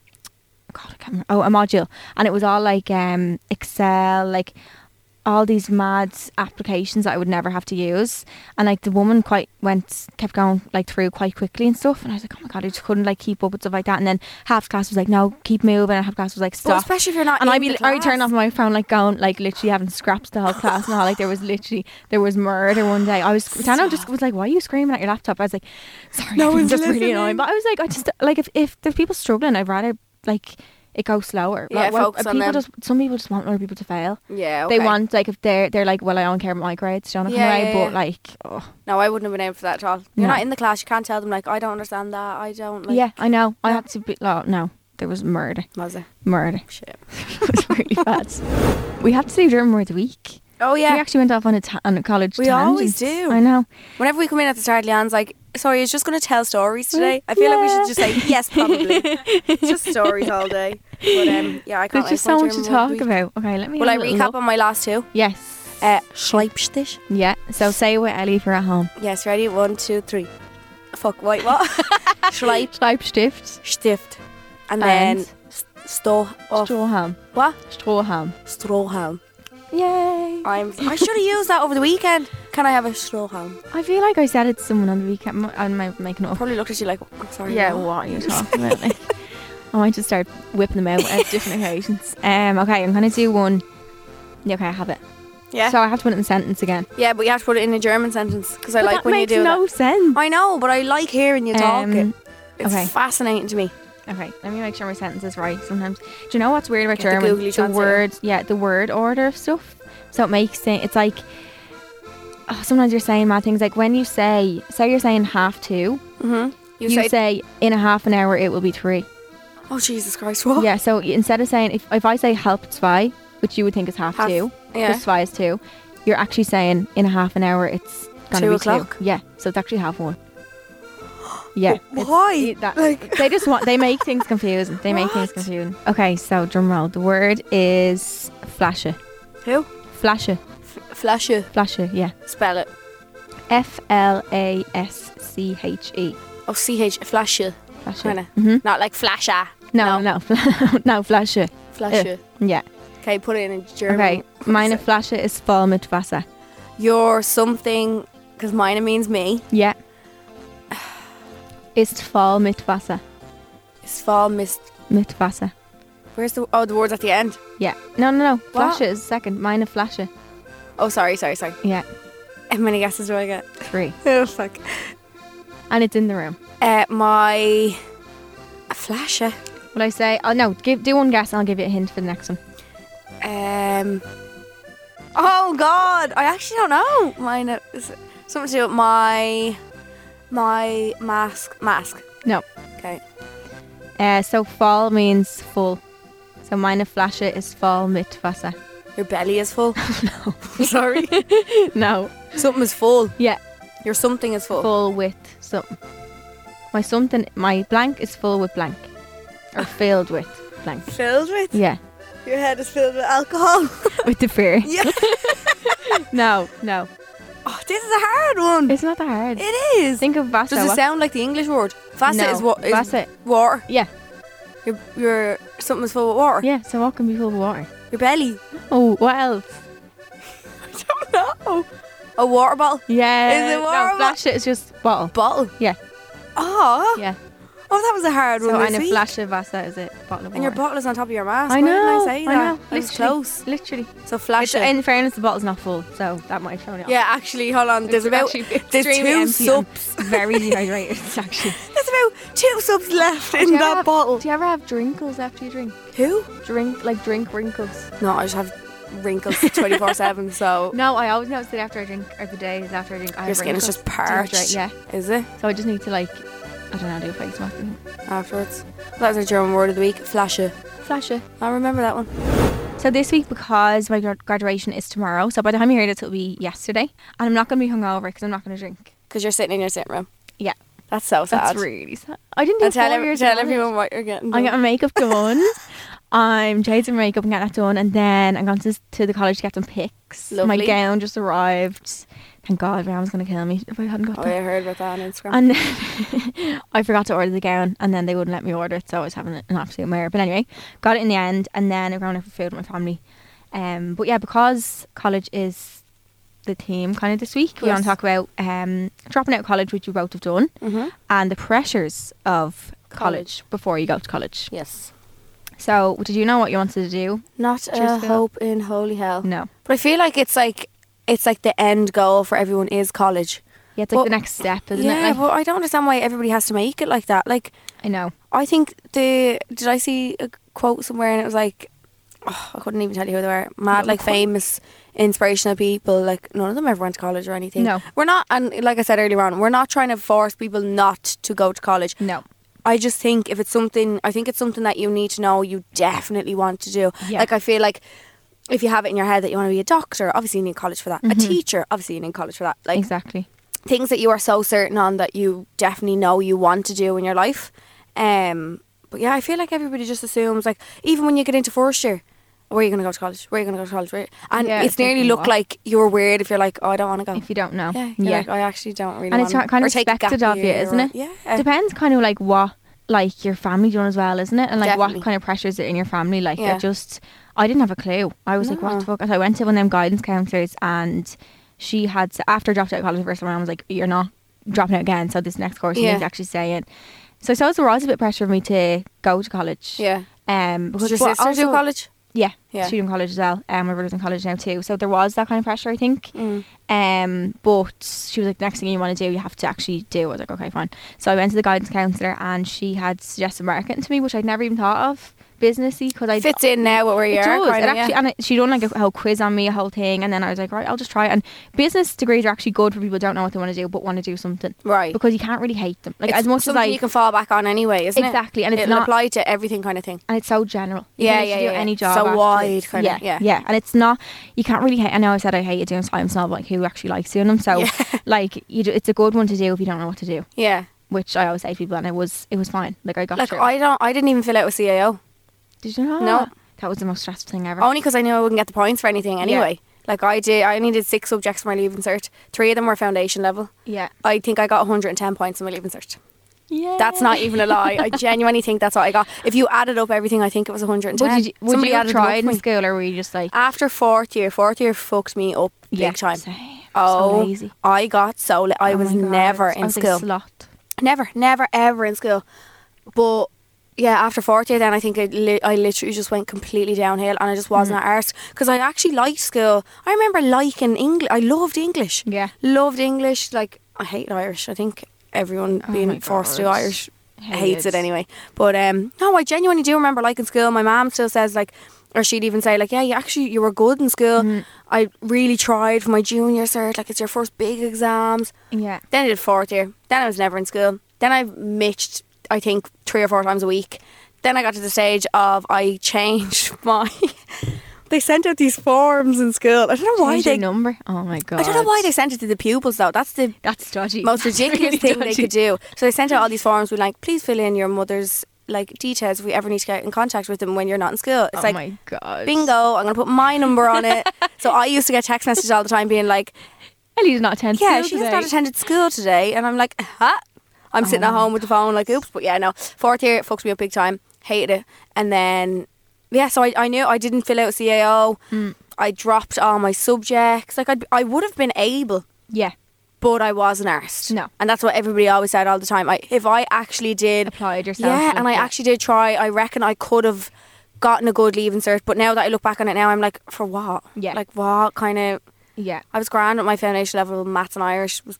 S3: God, I can't remember. Oh, a module, and it was all like um Excel, like all these mad applications that I would never have to use. And like the woman quite went kept going like through quite quickly and stuff. And I was like, oh my god, I just couldn't like keep up with stuff like that. And then half the class was like, no, keep moving. And half the class was like, stop.
S2: Well, especially if you're not
S3: And
S2: in
S3: I'd be,
S2: the
S3: I would turn
S2: class.
S3: off my phone, like going, like literally having scraps the whole class and all. Like there was literally there was murder one day. I was Dano just was like, why are you screaming at your laptop? I was like, sorry,
S2: No
S3: no
S2: one's
S3: just really
S2: listening.
S3: annoying. But I was like, I just like if if there's people struggling, I'd rather like. It go slower.
S2: Yeah,
S3: Like, what-
S2: focus on
S3: people
S2: them.
S3: just some people just want other people to fail
S2: yeah.
S3: they
S2: okay.
S3: want like if they're they're like well I don't care about my grades don't
S2: Yeah,
S3: yeah,
S2: yeah,
S3: but
S2: yeah.
S3: like oh.
S2: No, I wouldn't have been able for that at all. You're
S3: No.
S2: not in the class. You can't tell them like I don't understand that. I don't. Like,
S3: yeah I know I had to be oh, no there was murder
S2: Was it?
S3: murder
S2: Shit.
S3: it was really bad we have to do German word of the week
S2: Oh yeah.
S3: we actually went off on a, ta- on a college
S2: We
S3: tangent.
S2: always do.
S3: I know
S2: Whenever we come in at the start, Leanne's like, "Sorry, I was just going to tell stories today." I feel like we should just say yes, probably. just stories all day. But um, yeah, I can't.
S3: there's
S2: I
S3: just so
S2: can't
S3: much
S2: remember
S3: to
S2: what
S3: talk
S2: we-
S3: about okay let me
S2: Will I
S3: have a little
S2: recap
S3: look.
S2: on my last two?
S3: yes
S2: Uh, Schleipstich.
S3: yeah so say it with Ellie if you're at home
S2: Yes, ready? One, two, three. Fuck, wait, what? Schleip,
S3: Schleibstift
S2: Stift. And then
S3: and
S2: Sto off.
S3: Strohhalm
S2: What?
S3: Strohhalm
S2: Strohhalm.
S3: yay
S2: I'm, I should have used that over the weekend. Can I have a Strohhalm?
S3: I feel like I said it to someone on the weekend I might be making it up
S2: Probably looked at you like, I'm sorry.
S3: Yeah,
S2: no."
S3: what are you talking about? Like, Oh, I might just start whipping them out at different occasions. Um, okay, I'm gonna do one. Yeah, okay, I have it.
S2: Yeah.
S3: So I have to put it in a sentence again.
S2: yeah, but you have to put it in a German sentence because I
S3: But
S2: like
S3: that
S2: when you
S3: makes
S2: do
S3: no sense.
S2: that. I know, but I like hearing you talk.
S3: Um,
S2: it. It's
S3: okay.
S2: fascinating to me.
S3: Okay, let me make sure my sentence is right. Sometimes, do you know what's weird about
S2: Get the
S3: German?
S2: Google Translator.
S3: word, yeah, the word order of stuff. So it makes it. It's like oh, sometimes you're saying mad things. Like when you say, say you're saying half two,
S2: You,
S3: you
S2: say,
S3: say in a half an hour it will be three.
S2: "Oh Jesus Christ, what?"
S3: Yeah, so instead of saying, if, if I say help zwei, which you would think is half,
S2: Half-
S3: two,
S2: yeah.
S3: because zwei is two, you're actually saying in a half an hour it's going to
S2: Two
S3: be
S2: o'clock?
S3: two. Yeah, so it's actually half one. Yeah. it's-
S2: Why?
S3: it- that-
S2: Like-
S3: they just want, they make things confusing. They make things
S2: What?
S3: confusing. Okay, so drum roll. The word is flasher.
S2: Who?
S3: Flasher.
S2: Flash you.
S3: Flasher, yeah.
S2: Spell it.
S3: F L A S C H E.
S2: Oh, C H. Flash you.
S3: Flasher.
S2: Kinda.
S3: Mhm.
S2: Not like flasher.
S3: No, no, no, flasher.
S2: Flash
S3: Ugh.
S2: you.
S3: Yeah.
S2: Okay, put it in German.
S3: Okay, meine Flasche ist voll mit Wasser.
S2: You're something, because mine means me.
S3: Ja. Ist voll mit Wasser.
S2: It's fall mist.
S3: Mit Wasser.
S2: Where's the oh the words at the end?
S3: Yeah. No, no, no.
S2: What?
S3: Flasche is second. Meine Flasche.
S2: Oh, sorry, sorry, sorry.
S3: Yeah.
S2: How many guesses do I get?
S3: Three.
S2: Oh fuck.
S3: And it's in the room.
S2: Uh, my a ah. flasher.
S3: Will I say? Oh no. Give do one guess. and I'll give you a hint for the next one.
S2: Um. Oh God, I actually don't know. Mine uh, is something to do with my my mask mask.
S3: No.
S2: Okay.
S3: Uh, so voll means full. So meine Flasche ist voll mit Wasser.
S2: Your belly is full. no. sorry.
S3: No.
S2: something is full.
S3: Yeah.
S2: Your something is full.
S3: Full with something. My something. My blank is full with blank, or filled with blank.
S2: Filled with.
S3: Yeah.
S2: Your head is filled with alcohol.
S3: With the fear.
S2: yeah.
S3: No. No.
S2: Oh, this is a hard one.
S3: It's not that hard.
S2: It is.
S3: Think of Wasser.
S2: Does it
S3: what-
S2: sound like the English word? Facet
S3: No.
S2: is what is
S3: Facet.
S2: water.
S3: Yeah.
S2: Your your something's full of water.
S3: Yeah, so what can be full of water?
S2: Your belly.
S3: Oh, what else?
S2: I don't know. A water bottle.
S3: Yeah.
S2: Is it water
S3: No, flash it, it's just bottle.
S2: Bottle.
S3: Yeah,
S2: Oh.
S3: yeah.
S2: Oh, that was a hard
S3: So
S2: one.
S3: and
S2: this
S3: a
S2: week.
S3: flash of Vasa is it bottle of
S2: And your
S3: water.
S2: bottle is on top of your mask.
S3: I
S2: Why
S3: know.
S2: Didn't I say
S3: I
S2: that?
S3: know.
S2: I was
S3: literally,
S2: close.
S3: Literally.
S2: So
S3: It's,
S2: flash it.
S3: in fairness, the bottle's not full, so that might have thrown it off.
S2: yeah, actually, hold on. There's
S3: It's
S2: about
S3: actually
S2: there's
S3: extremely
S2: two
S3: empty and
S2: subs.
S3: Very dehydrated, it's actually.
S2: There's about two subs left
S3: Do
S2: in
S3: you ever
S2: that
S3: have-
S2: bottle.
S3: Do you ever have drinkles after you drink?
S2: Who?
S3: Drink like drink wrinkles.
S2: No, I just have wrinkles 24 seven. So
S3: No, I always notice that after I drink, or the days after I drink, I
S2: your
S3: have
S2: skin is
S3: wrinkles.
S2: just
S3: Dehydrate,
S2: parched.
S3: Yeah.
S2: Is it?
S3: So I just need to like, I don't know, how to do a face mask.
S2: afterwards. That was our German word of the week, flasher.
S3: Flash it.
S2: I remember that one.
S3: So this week, because my gra- graduation is tomorrow, so by the time you hear this, it'll be yesterday, and I'm not going to be hungover because I'm not going to drink.
S2: Because you're sitting in your sitting room.
S3: Yeah,
S2: That's so sad.
S3: that's really sad. I didn't do
S2: And tell,
S3: four
S2: every,
S3: years
S2: tell
S3: of college.
S2: everyone what you're getting. done.
S3: I'm getting my makeup done. I'm changing my makeup and getting that done, and then I'm going to, to the college to get some pics. My
S2: Lovely.
S3: gown just arrived. Thank God, my mum's going to kill me if I hadn't got
S2: Oh,
S3: that.
S2: I heard about that on Instagram.
S3: And then I forgot to order the gown, and then they wouldn't let me order it, so I was having an absolute mare. But anyway, got it in the end, and then I'm going out for food with my family. Um, but yeah, because college is the theme kind of this week, we
S2: Yes.
S3: want to talk about um, dropping out of college, which we both have done,
S2: Mhm.
S3: and the pressures of college,
S2: College.
S3: before you go to college.
S2: yes.
S3: So, did you know what you wanted to do?
S2: Not a
S3: Cheers, Phil.
S2: hope in holy hell.
S3: No.
S2: But I feel like it's like it's like the end goal for everyone is college.
S3: Yeah, it's like
S2: Well,
S3: the next step, isn't
S2: yeah,
S3: it? Like,
S2: but I don't understand why everybody has to make it like that. Like
S3: I know.
S2: I think the did I see a quote somewhere and it was like oh, I couldn't even tell you who they were. Mad
S3: No.
S2: like famous inspirational people. Like none of them ever went to college or anything.
S3: No.
S2: we're not. And like I said earlier on, we're not trying to force people not to go to college.
S3: No.
S2: I just think if it's something, I think it's something that you need to know you definitely want to do.
S3: Yeah.
S2: Like I feel like if you have it in your head that you want to be a doctor, obviously you need college for that. A teacher, obviously you need college for that. Like
S3: Mm-hmm. Exactly.
S2: things that you are so certain on that you definitely know you want to do in your life. Um, but yeah, I feel like everybody just assumes like even when you get into first year, "Oh, where are you going to go to college? Where are you going to go to college? Where? And
S3: Yeah,
S2: it's
S3: it's like,
S2: nearly look
S3: what?
S2: like you're weird if you're like, oh, I don't want to go.
S3: If you don't know.
S2: yeah, yeah. I actually don't really.
S3: and it's
S2: wanna-
S3: kind
S2: or
S3: of
S2: take a
S3: expected
S2: gap
S3: of you,
S2: year
S3: isn't
S2: or-
S3: it?
S2: Yeah.
S3: Depends kind of like what like your family doing as well, isn't it? And like
S2: Definitely.
S3: what kind of pressures are in your family. Like
S2: Yeah.
S3: it just I didn't have a clue. I was like, what
S2: No.
S3: the fuck? And so I went to one of them guidance counsellors and she had s- after I dropped out of college the first time I was like, You're not dropping out again, so this next course you
S2: Yeah.
S3: need to actually say it. So I suppose there was a bit of pressure for me to go to college.
S2: Yeah.
S3: Um because
S2: Does
S3: but
S2: your sister do
S3: also-
S2: college?
S3: Yeah,
S2: Yeah.
S3: She was in college as well. Um, my brother's in college now too. So there was that kind of pressure, I think.
S2: Mm.
S3: Um, but she was like, next thing you want to do, you have to actually do. I was like, okay, fine. So I went to the guidance counsellor and she had suggested marketing to me, which I'd never even thought of businessy because I
S2: Fits in now what we're
S3: it
S2: here.
S3: does.
S2: kinda,
S3: it actually,
S2: yeah.
S3: and it, she done like a whole quiz on me, a whole thing, and then I was like, right, I'll just try it. And business degrees are actually good for people who don't know what they want to do, but want to do something,
S2: Right.
S3: Because you can't really hate them, like
S2: It's
S3: as much as
S2: something
S3: I.
S2: you can fall back on anyway, isn't it?
S3: Exactly, and it's
S2: It'll
S3: not-
S2: apply to everything kind of thing.
S3: and it's so general. You
S2: Yeah,
S3: can literally
S2: yeah,
S3: do
S2: yeah,
S3: Any
S2: yeah.
S3: job.
S2: So
S3: after
S2: wide,
S3: this.
S2: kinda, yeah.
S3: yeah, And it's not. You can't really hate. I know I said I hated doing science novel, like who actually likes doing them. So, like, you do, it's a good one to do if you don't know what to do,
S2: Yeah.
S3: which I always say to people, and it was it was fine. Like I got
S2: Like
S3: through.
S2: I don't. I didn't even fill out a CAO.
S3: Did you know?
S2: No.
S3: That was the most stressful thing ever.
S2: Only because I knew I wouldn't get the points for anything anyway. Like I did. I only did six subjects for my leaving cert. Three of them were foundation level.
S3: yeah.
S2: I think I got 110 points in my leaving cert.
S3: Yeah.
S2: That's not even a lie. I genuinely think that's what I got. If you added up everything, I think it was 110.
S3: Would you, would
S2: Somebody
S3: you have
S2: added them up
S3: tried
S2: for
S3: in
S2: me.
S3: school, or were you just like
S2: After fourth year, fourth year fucked me up
S3: Yeah,
S2: big time.
S3: same. I'm so
S2: Oh,
S3: lazy.
S2: I got so. La- I
S3: oh
S2: was
S3: my God,
S2: never in
S3: I was a
S2: school.
S3: slut.
S2: Never, never, ever in school. But yeah, after fourth year, then I think I, li- I literally just went completely downhill, and I just
S3: Mm.
S2: wasn't at arse because I actually liked school. I remember liking English. I loved English.
S3: Yeah.
S2: loved English. Like I hate Irish. I think everyone
S3: Oh my
S2: being forced to do
S3: God.
S2: Irish
S3: Hate
S2: hates
S3: it.
S2: it anyway. But um, no, I genuinely do remember liking school. My mom still says like. Or she'd even say like, "Yeah, you actually you were good in school.
S3: Mm.
S2: I really tried for my junior cert. Like it's your first big exams.
S3: Yeah.
S2: Then I did fourth year. Then I was never in school. Then I mitched, I think, three or four times a week. Then I got to the stage of I changed my. they sent out these forms in school. I don't know why
S3: Change
S2: they.
S3: your number? Oh my god.
S2: I don't know why they sent it to the pupils though. That's the
S3: That's dodgy.
S2: most
S3: That's
S2: ridiculous
S3: really
S2: thing
S3: dodgy.
S2: they could do. So they sent out all these forms with like, please fill in your mother's like details if we ever need to get in contact with them when you're not in school. It's
S3: Oh
S2: like
S3: my god.
S2: bingo. I'm gonna put my number on it. so I used to get text messages all the time being like,
S3: Ellie did not attend
S2: yeah,
S3: school
S2: she
S3: today.
S2: has not attended school today. And I'm like, huh? I'm sitting
S3: Oh.
S2: at home with the phone, like, oops. But yeah, no. Fourth year, it fucked me up big time. Hated it. And then, yeah, so I, I knew I didn't fill out CAO.
S3: Mm.
S2: I dropped all my subjects. Like, I'd, I would have been able,
S3: Yeah.
S2: but I wasn't arsed.
S3: No.
S2: And that's what everybody always said all the time. I, if I actually did.
S3: Applied yourself,
S2: Yeah,
S3: like
S2: and I
S3: that.
S2: actually did try. I reckon I could have gotten a good leaving cert. But now that I look back on it now, I'm like, for what?
S3: Yeah.
S2: Like, what kind of.
S3: Yeah.
S2: I was grand at my foundation level. Maths and Irish was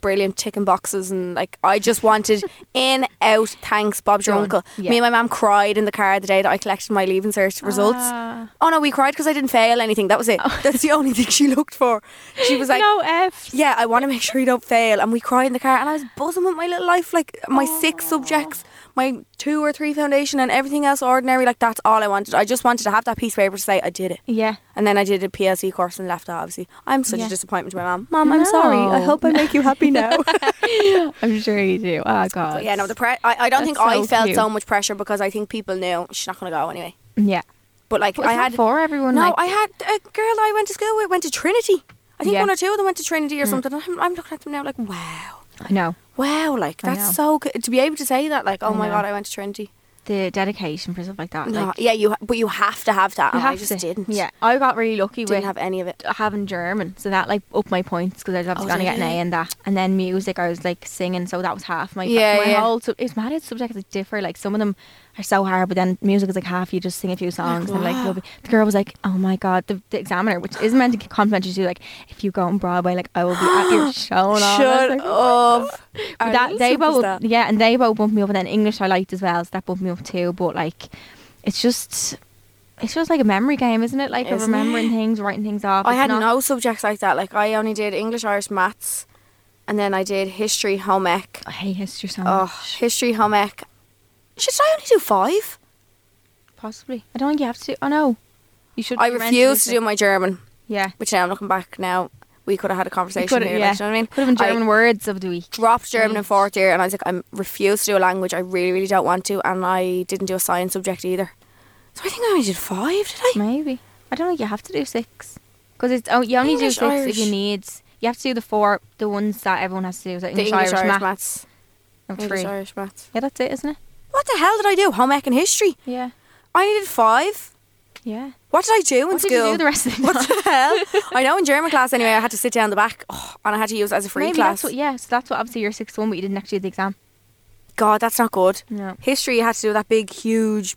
S2: brilliant, ticking boxes, and like I just wanted in, out. Thanks, Bob's your
S3: Done.
S2: uncle.
S3: Yeah.
S2: Me and my mum cried in the car the day that I collected my leaving cert results.
S3: Ah.
S2: Oh no, we cried because I didn't fail anything. That was it.
S3: Oh.
S2: That's the only thing she looked for. She was like.
S3: no F.
S2: Yeah, I want to make sure you don't fail. And we cried in the car, and I was buzzing with my little life, like my six subjects, my two or three foundation, and everything else ordinary. Like that's all I wanted. I just wanted to have that piece of paper to say I did it.
S3: Yeah.
S2: And then I did a PLC course and left that, obviously. I'm such
S3: Yeah.
S2: a disappointment to my mum. Mum, I'm sorry. I
S3: No.
S2: hope I make you happy now.
S3: I'm sure you do. Oh god.
S2: but yeah, no, the pre- I, I don't think
S3: That's
S2: I
S3: so
S2: felt
S3: cute.
S2: so much pressure because I think people knew she's not going to go anyway.
S3: Yeah.
S2: But like,
S3: But
S2: I
S3: it's not
S2: had.
S3: for everyone.
S2: no,
S3: like,
S2: I had a girl I went to school with went to Trinity. I think
S3: Yeah.
S2: one or two of them went to Trinity or something. And I'm, I'm looking at them now like, wow.
S3: I know
S2: Wow, like,
S3: I know.
S2: that's so good. To be able to say that, like, oh my
S3: know.
S2: God, I went to Trinity.
S3: the dedication for stuff like that.
S2: No,
S3: like,
S2: yeah, you. ha- But you have to have that.
S3: you
S2: and I
S3: have
S2: just
S3: to.
S2: didn't.
S3: Yeah, I got really lucky
S2: Didn't
S3: with
S2: have any of it.
S3: having German, so that like upped my points because I was obviously
S2: Oh,
S3: gonna get an
S2: really?
S3: A in that. And then music, I was like singing, so that was half my
S2: Yeah,
S3: my
S2: yeah.
S3: whole. Sub- it's mad how subjects like differ. Like some of them are so hard, but then music is like half. You just sing a few songs. and I'm like,
S2: wow.
S3: lovely. the girl was like, oh my god, the, the examiner, which is meant to compliment you, too. Like if you go on Broadway, like I will be at your show. And all. I was
S2: Shut
S3: like,
S2: up.
S3: But
S2: Our
S3: that
S2: little
S3: they both
S2: superstar.
S3: yeah and they both bumped me up and then english i liked as well so that bumped me up too but like it's just it's just like a memory game isn't it like of
S2: Isn't
S3: remembering things writing things off
S2: I
S3: It's
S2: had
S3: not-
S2: no subjects like that. Like I only did English, Irish, maths, and then I did history, home ec.
S3: i hate history so
S2: Oh,
S3: much
S2: history, home ec. Should I only do five?
S3: possibly i don't think you have to oh no you should
S2: I
S3: be meant
S2: refused to
S3: be-
S2: do my German,
S3: yeah
S2: which now I'm looking back now. We could have had a conversation
S3: could
S2: here.
S3: have
S2: like, do you know what I mean?
S3: could have been
S2: I
S3: german words of the week
S2: dropped German
S3: Mm.
S2: in fourth year, and I was like, I refuse to do a language. I really, really don't want to, and I didn't do a science subject either. So I think I only did five. Did I?
S3: maybe i don't think you have to do six because it's oh you only
S2: English,
S3: do six
S2: Irish.
S3: if you need you have to do the four the ones that everyone has to do so
S2: The
S3: english, irish, math,
S2: maths.
S3: and
S2: English,
S3: three
S2: Irish, maths.
S3: yeah that's it isn't it
S2: What the hell did I do? Home ec and history.
S3: yeah
S2: I only did five.
S3: yeah
S2: What did I do in
S3: what
S2: school?
S3: did you do the rest of the
S2: What the hell? I know in German class anyway, I had to sit down the back oh, and I had to use it as a free
S3: Maybe
S2: class.
S3: That's what, yeah, so that's what obviously your sixth one, but you didn't actually do the exam. Mm.
S2: God, that's not good.
S3: No.
S2: History, you had to do that big, huge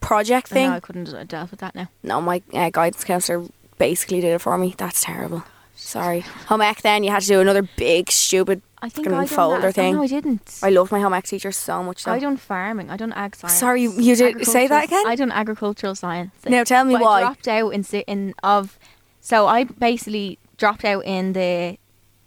S2: project
S3: I know,
S2: thing.
S3: I couldn't have dealt with that now.
S2: No, my uh, guidance counselor basically did it for me. That's terrible. Sorry. Home ec then you had to do another big stupid
S3: I think I
S2: fucking
S3: done
S2: folder
S3: that. Oh,
S2: thing.
S3: no, I didn't.
S2: I loved my home ec teacher so much. Though.
S3: I done farming. I done ag science.
S2: Sorry, you- you did- say that
S3: Agricultural-
S2: again?
S3: I done agricultural science.
S2: Now tell me
S3: But
S2: why.
S3: I dropped out in si- in of, so I basically dropped out in the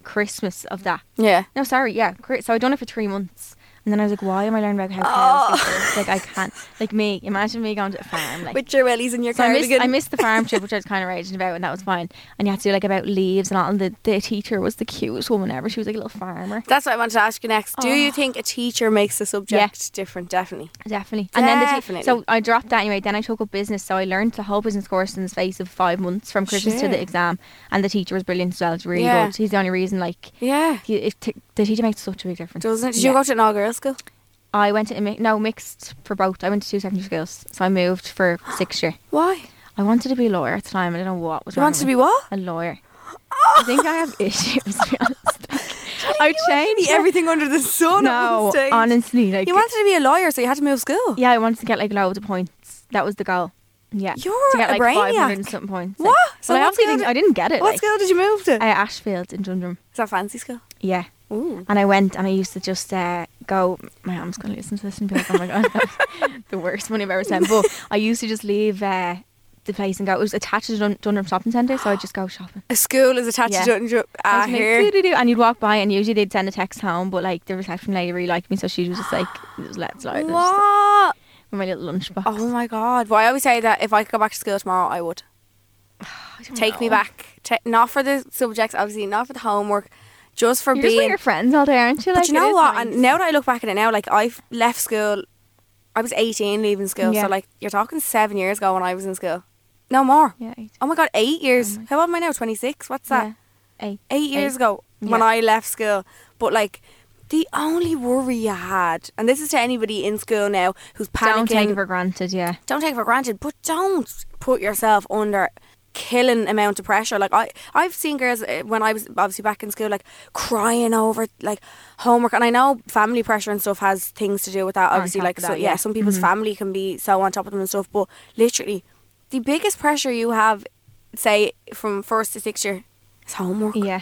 S3: Christmas of that.
S2: Yeah.
S3: No, sorry, yeah. cri- So I done it for three months, and then I was like, why am I learning about how
S2: Oh.
S3: cows? get big? Like I can't. Like me, imagine me going to a farm. Like
S2: With your wellies and your
S3: so I missed,
S2: cardigan.
S3: I missed the farm trip, which I was kind of raging about, and that was fine. And you had to do like about leaves and all. And the, the teacher was the cutest woman ever. She was like a little farmer.
S2: That's what I wanted to ask you next. Do
S3: Oh.
S2: you think a teacher makes the subject different? Definitely.
S3: Definitely. And then the
S2: Definitely.
S3: te- so I dropped that anyway. Then I took up business, so I learned the whole business course in the space of five months from Christmas to
S2: Shit.
S3: the exam. And the teacher was brilliant as well. It's really
S2: Yeah.
S3: good. He's the only reason like
S2: Yeah.
S3: he, it t- the teacher makes such a big difference.
S2: Doesn't it? Did
S3: Yeah.
S2: you go to an all girls school?
S3: I went to a mi- no mixed for both. I went to two secondary schools, so I moved for sixth year.
S2: Why?
S3: I wanted to be a lawyer at the time. I don't know what was
S2: You
S3: wrong
S2: wanted
S3: with
S2: to
S3: me.
S2: be what?
S3: a lawyer.
S2: Oh.
S3: I think I have issues. To be honest, Like, I changed my-
S2: Everything under the sun. at
S3: No,
S2: one stage.
S3: honestly, like
S2: You wanted to be a lawyer, so you had to move school.
S3: yeah, I wanted to get like loads of points. That was the goal. Yeah,
S2: You're
S3: to get
S2: a
S3: like
S2: brainiac.
S3: 500 and something points.
S2: What? So
S3: well, I
S2: what
S3: obviously
S2: school
S3: didn't,
S2: did-
S3: I didn't get it.
S2: What
S3: like,
S2: school did you move to?
S3: Uh, Ashfield in Dundrum.
S2: Is that fancy school?
S3: Yeah.
S2: Ooh.
S3: And I went and I used to just uh, go. My mom's gonna listen to this and be like, "Oh my god, that was the worst money I've ever spent." But I used to just leave uh, the place and go. It was attached to Dun- Dundrum shopping centre, so I would just go shopping.
S2: A school is attached
S3: Yeah.
S2: to Dundrum. Ah,
S3: And I'd be like,
S2: here.
S3: "Doo-doo-doo," And you'd walk by, and usually they'd send a text home, but like the reception lady really liked me, so she was just like, "Just let it slide." And I just-
S2: What?
S3: With my little lunchbox.
S2: Oh my god. Well, I always say that if I could go back to school tomorrow, I would. Take me back. Ta not for the subjects, obviously, not for the homework, just for
S3: You're just with
S2: being.
S3: your friends all day, aren't you? Like,
S2: but you
S3: it
S2: know
S3: is
S2: what?
S3: nice.
S2: And now that I look back at it now, like I've left school. I was 18 leaving school,
S3: Yeah.
S2: so like you're talking seven years ago when I was in school. No more.
S3: yeah, eight.
S2: Oh my god, eight years.
S3: my-
S2: How old am I now? 26? What's that?
S3: yeah, eight.
S2: eight years
S3: Eight.
S2: ago when
S3: Yeah.
S2: I left school. But like the only worry I had, and this is to anybody in school now who's panicking,
S3: Don't take it for granted. Yeah,
S2: don't take it for granted, but don't put yourself under killing amount of pressure. Like I, I've seen girls uh, when I was obviously back in school, like crying over like homework, and I know family pressure and stuff has things to do with that. Obviously,
S3: top
S2: like
S3: of
S2: so,
S3: that,
S2: yeah,
S3: yeah. Mm-hmm.
S2: some people's family can be so on top of them and stuff. But literally, the biggest pressure you have, say from first to sixth year, is homework
S3: yeah.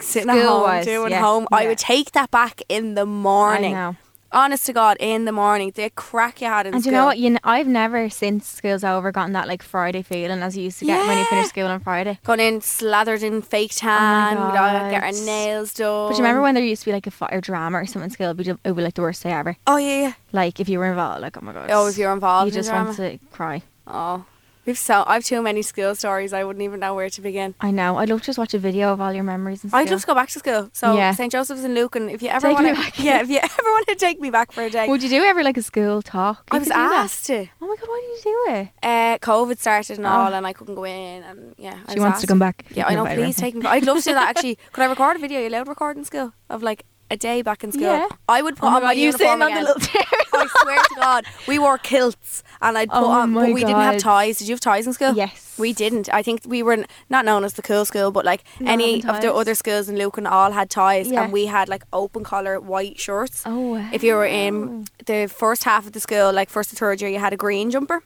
S2: sitting at home
S3: School-wise,
S2: doing
S3: yeah,
S2: home. I
S3: yeah.
S2: would take that back in the morning.
S3: I know.
S2: Honest to God, in the morning, the crack you had in
S3: And do
S2: school.
S3: you know what? You know, I've never since school's over gotten that like Friday feeling as you used to get when you
S2: Yeah.
S3: finish school on Friday.
S2: Going in slathered in fake tan, we'd all get our
S3: Oh God.
S2: nails done.
S3: But do you remember when there used to be like a fire drama or something in school? It'd be, ju- it would be like the worst day ever.
S2: Oh yeah, yeah.
S3: Like if you were involved, like oh my god.
S2: Oh, if you're involved
S3: you
S2: in
S3: just
S2: drama.
S3: want to cry.
S2: Oh, we've so I've too many school stories. I wouldn't even know where to begin.
S3: I know. I'd love to just watch a video of all your memories and stuff.
S2: I'd love to go back to school. So
S3: Yeah.
S2: St Joseph's in Lucan. If you ever
S3: Take me
S2: want
S3: back.
S2: to, yeah, if you ever want to take me back for a day,
S3: Would you do ever like a school talk?
S2: I
S3: You
S2: was
S3: could do that.
S2: asked to.
S3: Oh my god, why did you do it?
S2: Uh, COVID started and
S3: Oh.
S2: all, and I couldn't go in. And yeah, I was
S3: She wants
S2: asked.
S3: to come back. if you
S2: Yeah, I
S3: can
S2: know.
S3: invite her
S2: Please
S3: in.
S2: take me. back. I'd love to do that. Actually, could I record a video? You allowed to record in school of like a day back in school?
S3: Yeah.
S2: I would put
S3: Oh my
S2: on my
S3: god, you
S2: uniform
S3: sitting on
S2: again.
S3: the little chair.
S2: I swear to God, we wore kilts, and I'd put
S3: Oh
S2: on. But
S3: my
S2: we didn't have
S3: God.
S2: ties. Did you have ties in school?
S3: Yes.
S2: we didn't. I think we were n- not known as the cool school, but like
S3: Not
S2: any
S3: having
S2: of the
S3: ties.
S2: other schools in Lucan all had ties,
S3: Yeah.
S2: and we had like open collar white shorts.
S3: Oh, wow.
S2: if you were in the first half of the school, like first to third year, you had a green jumper.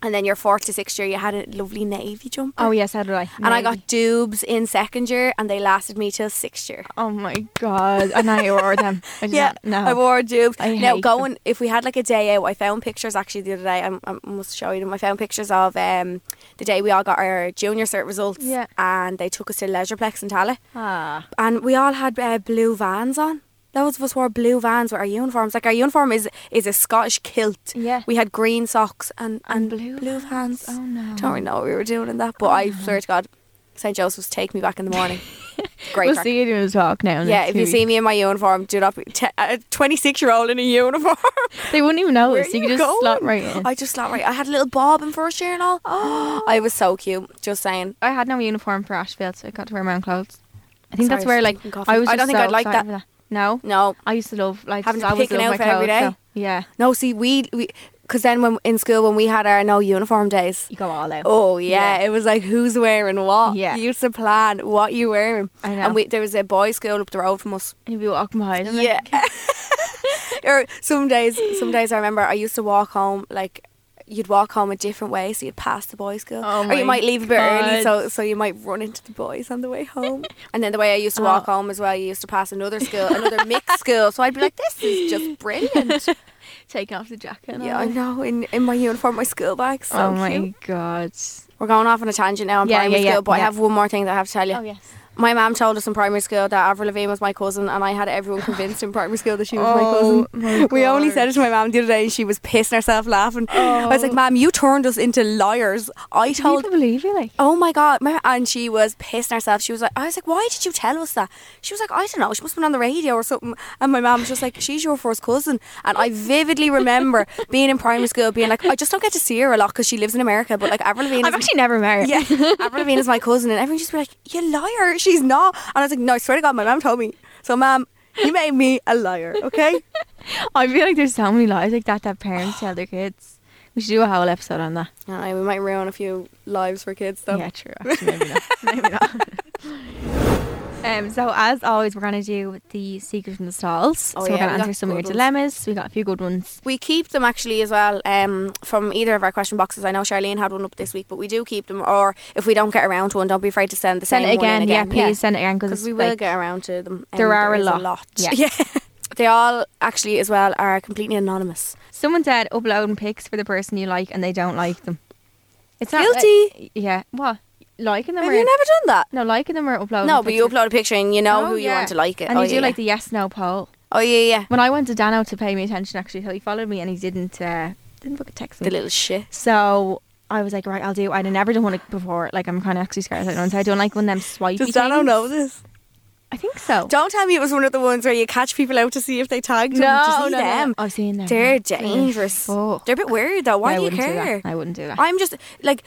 S2: And then your fourth to sixth year, you had a lovely navy jumper.
S3: Oh yes, how did I?
S2: And I
S3: Maybe.
S2: got dubes in second year, and they lasted me till sixth year.
S3: Oh my god! And I wore them. I did
S2: Yeah,
S3: not- no.
S2: I wore dubes.
S3: I
S2: now
S3: hate
S2: going, if we had like a day out, I found pictures actually the other day. I'm, I must show you them. I found pictures of um the day we all got our junior cert results.
S3: Yeah.
S2: and they took us to Leisureplex in Tala,
S3: Ah.
S2: and we all had uh, blue vans on. Loads of us wore blue vans with our uniforms. Like our uniform is is a Scottish kilt.
S3: Yeah.
S2: We had green socks and and,
S3: And blue
S2: blue vans.
S3: Oh no. Oh,
S2: Don't really know what we were doing in that, but I swear to God, St Joseph's take me back in the morning. Great.
S3: We'll
S2: crack.
S3: see you doing a talk now.
S2: Yeah, if you see me in my uniform, do not be te- a 26 year old in a uniform.
S3: they wouldn't even
S2: Where
S3: notice. You,
S2: you
S3: could just slot
S2: going?
S3: right in.
S2: I just not right. I had a little bob in first year and all. Oh, I was so cute. Just saying.
S3: I had no uniform for Ashfield, so I got to wear my own clothes. I think that's
S2: Sorry,
S3: where like
S2: stinking coffee.
S3: I was.
S2: I don't
S3: just
S2: think
S3: so
S2: I'd like
S3: excited
S2: that.
S3: for No,
S2: No,
S3: I used to love like
S2: Having to
S3: I always
S2: pick an
S3: loved my
S2: outfit every
S3: clothes,
S2: day.
S3: so- yeah,
S2: no. See, we we because then when in school when we had our no uniform days.
S3: you go all out.
S2: Oh yeah, it was like who's wearing what.
S3: Yeah.
S2: you used to plan what you wearing.
S3: I know.
S2: And we, there was a boys' school up the road from us.
S3: And you'd be walking behind. them, like,
S2: Yeah. or some days, some days I remember I used to walk home like you'd walk home a different way, so you'd pass the boys' school,
S3: Oh
S2: or you
S3: my
S2: might leave a bit early,
S3: God.
S2: so so you might run into the boys on the way home. and then the way I used to walk
S3: Oh.
S2: home as well, you used to pass another school, another mixed school, so I'd be like, this is just brilliant.
S3: Taking off the jacket. And
S2: yeah,
S3: all.
S2: I know. In in my uniform, my school bag, so
S3: oh my
S2: cute.
S3: god.
S2: We're going off on a tangent now in
S3: Yeah,
S2: primary
S3: yeah, yeah,
S2: school, but I
S3: yeah. Oh,
S2: have one more thing that I have to tell you.
S3: yes.
S2: My mum told us in primary school that Avril Lavigne was my cousin, and I had everyone convinced in primary school that she was
S3: Oh,
S2: my cousin. we only said it to my mum the other day, and she was pissing herself laughing. I was like, "Mum, you turned us into liars." I
S3: Can
S2: told.
S3: people believe Oh. you? Like,
S2: Oh my god! My, and she was pissing herself. She was like, "I was like, why did you tell us that?" She was like, "I don't know. She must have been on the radio or something." And my mum was just like, "She's your first cousin." And I vividly remember being in primary school, being like, "I just don't get to see her a lot because she lives in America." But like Avril Lavigne,
S3: I've
S2: is-
S3: actually never met her.
S2: yeah, Avril Lavigne is my cousin, and everyone just be like, "You liar! She's not." And I was like, "No, I swear to God, my mum told me." So, mum, you made me a liar, okay?
S3: I feel like there's so many lies like that that parents tell their kids. We should do a whole episode on that.
S2: Alright, we might ruin a few lives for kids, though.
S3: Yeah, true. Actually, maybe not. maybe not. Um, so as always, we're gonna do the secret from the stalls.
S2: Oh,
S3: so
S2: yeah,
S3: we're
S2: we
S3: gonna
S2: got
S3: answer some of your
S2: good ones.
S3: dilemmas. We got a few good ones.
S2: We keep them actually as well um, from either of our question boxes. I know Charlene had one up this week, but we do keep them. Or if we don't get around to one, don't be afraid to send the
S3: Send
S2: same
S3: it again,
S2: one in
S3: yeah.
S2: again.
S3: Please send it again
S2: because
S3: because
S2: we will get around to them. Um,
S3: there are a
S2: is
S3: lot.
S2: Yeah.
S3: Yeah.
S2: they all actually as well are completely anonymous.
S3: Someone said uploading pics for the person you like and they don't like them. It's not
S2: Guilty.
S3: yeah. What? Liking them
S2: Have
S3: or
S2: you never done that?
S3: no liking them or uploading?
S2: No, but you
S3: pictures.
S2: upload a picture and you know
S3: Oh,
S2: who you
S3: yeah.
S2: want to like it.
S3: And
S2: oh,
S3: you do
S2: yeah,
S3: like
S2: yeah.
S3: the yes no poll.
S2: Oh yeah, yeah.
S3: When I went to Dano to pay me attention, actually, so he followed me and he didn't uh, didn't fucking text me.
S2: The little shit.
S3: So I was like, right, I'll do. I'd never done one like before. Like I'm kind of actually scared. I don't. So I don't like when them swipey. things.
S2: this?
S3: I think so.
S2: Don't tell me it was one of the ones where you catch people out to see if they tagged
S3: no,
S2: them. to
S3: no,
S2: see
S3: no,
S2: them.
S3: I've seen them.
S2: They're dangerous.
S3: Fuck.
S2: They're a bit weird though. Why
S3: I
S2: do you
S3: wouldn't do that.
S2: care?
S3: I wouldn't do that.
S2: I'm just like,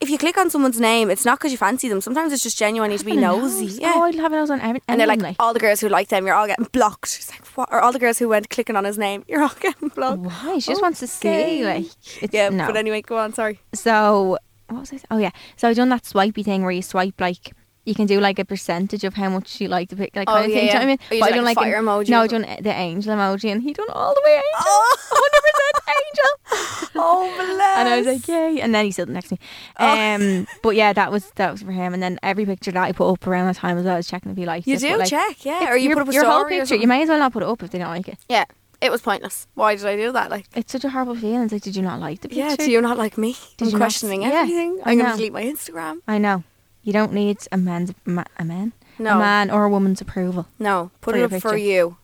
S2: if you click on someone's name, it's not because you fancy them. Sometimes it's just genuine. You need to be nosy. Yeah.
S3: Oh, I'd have a nose on every.
S2: and they're like,
S3: anyone,
S2: all the girls who like them, you're all getting blocked. It's like, what? Or all the girls who went clicking on his name, you're all getting blocked.
S3: why? She just wants to
S2: "Oh, Okay.
S3: see. Like, it's,
S2: Yeah,
S3: no.
S2: but anyway, go on. Sorry.
S3: So what was I? s- Oh yeah. So I done that swipey thing where you swipe like you can do like a percentage of how much you like the pic, like
S2: Oh,
S3: kind of thing.
S2: yeah,
S3: Do you know what
S2: yeah.
S3: I mean?
S2: Or you
S3: But I
S2: do,
S3: done,
S2: like, a
S3: an-
S2: fire emoji
S3: No,
S2: or
S3: I done the angel emoji, and he done all the way angel, hundred percent angel.
S2: Oh, bless.
S3: And I was like, yay! And then he still next to me. Um, but yeah, that was that was for him. And then every picture that I put up around that time as well, I was checking if he liked
S2: you
S3: it.
S2: do
S3: but, like,
S2: check, yeah.
S3: if
S2: Or you
S3: your,
S2: put up a
S3: your whole
S2: story or
S3: picture. You
S2: something.
S3: may as well not put it up if they don't like it.
S2: Yeah, it was pointless. Why did I do that? Like,
S3: It's such a horrible feeling. It's like, did you not like the picture?
S2: yeah, do you not like me?
S3: Did you
S2: I'm
S3: not-
S2: questioning
S3: yeah,
S2: everything.
S3: I
S2: I'm going to
S3: know.
S2: delete my Instagram.
S3: I know. You don't need a man's ma- a man,
S2: No.
S3: a man or a woman's approval.
S2: No, put
S3: For
S2: it
S3: your
S2: up for
S3: picture.
S2: you.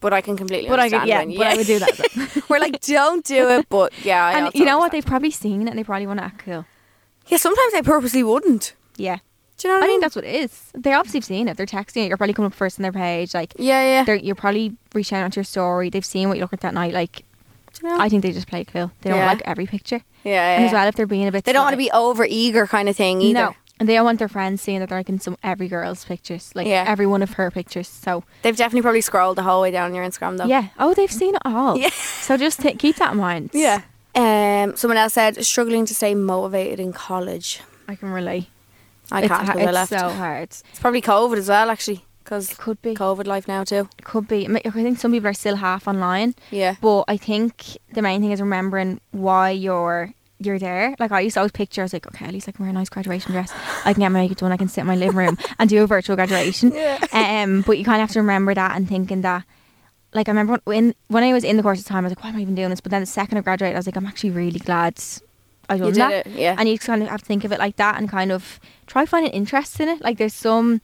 S2: But I can completely
S3: But I could,
S2: understand
S3: yeah,
S2: when you-
S3: but I would do that. though.
S2: We're like, don't do it, but yeah. I
S3: and
S2: also
S3: you know what?
S2: understand.
S3: They've probably seen it. and They probably want to act cool.
S2: Yeah, sometimes I purposely wouldn't.
S3: Yeah,
S2: Do you know
S3: I
S2: what I mean?
S3: think that's what it is. They obviously have seen it. They're texting it. You're probably coming up first on their page. Like,
S2: yeah, yeah.
S3: they're, you're probably reaching out to your story. They've seen what you look at that night. Like,
S2: Do you know?
S3: I think they just play cool. They don't
S2: Yeah.
S3: like every picture.
S2: yeah, yeah,
S3: And as
S2: yeah.
S3: well, if they're being a bit,
S2: They don't want to
S3: sly-
S2: be over eager kind of thing either.
S3: No, and they don't want their friends seeing that they're like in some every girl's pictures, like
S2: Yeah.
S3: every one of her pictures. So
S2: They've definitely probably scrolled the whole way down your Instagram though.
S3: yeah, oh, they've seen it all.
S2: Yeah.
S3: So just t- keep that in mind.
S2: Yeah. Um, someone else said struggling to stay motivated in college.
S3: I can relate.
S2: I
S3: it's,
S2: can't
S3: ha-
S2: because
S3: it's
S2: I left.
S3: so hard.
S2: It's probably COVID as well, actually, because
S3: Could be.
S2: COVID life now too.
S3: Could be. I mean, I think some people are still half online.
S2: Yeah.
S3: But I think the main thing is remembering why you're you're there. Like I used to always picture, I was like, okay, at least I can wear a nice graduation dress. I can get my makeup done. I can sit in my living room and do a virtual graduation.
S2: Yeah.
S3: Um, but you kind of have to remember that and thinking that. Like I remember when when I was in the course of time, I was like, why am I even doing this? But then the second I graduated, I was like, I'm actually really glad. I done
S2: did it,
S3: that.
S2: yeah.
S3: And you just kind of have to think of it like that and kind of try finding interest in it. Like there's some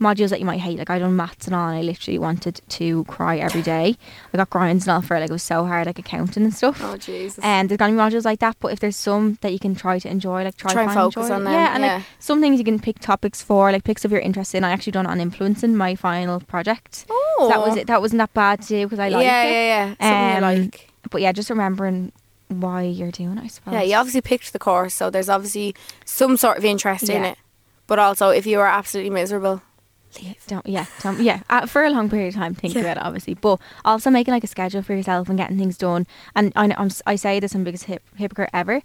S3: modules that you might hate. Like I done maths and all, and I literally wanted to cry every day. I got grinds and all for it. Like it was so hard, like accounting and stuff.
S2: Oh Jesus.
S3: And there's gonna be modules like that, but if there's some that you can try to enjoy, like try,
S2: Try and
S3: find
S2: focus
S3: enjoy
S2: on
S3: it.
S2: them,
S3: Yeah, and
S2: yeah.
S3: like some things you can pick topics for, like picks of your interest in. I actually done it on influencing my final project. So that was
S2: Oh.
S3: it. That wasn't that bad to do because I liked
S2: yeah,
S3: it.
S2: yeah, yeah. Something you
S3: Um,
S2: like.
S3: But yeah, just remembering why you're doing it, I suppose.
S2: Yeah, you obviously picked the course, so there's obviously some sort of interest in
S3: Yeah.
S2: it. But also, if you are absolutely miserable,
S3: Yeah, Don't yeah, don't, yeah. Uh, for a long period of time, think about it, obviously, but also making like a schedule for yourself and getting things done. And I know I'm, si say this, I'm the biggest hip, hypocrite ever,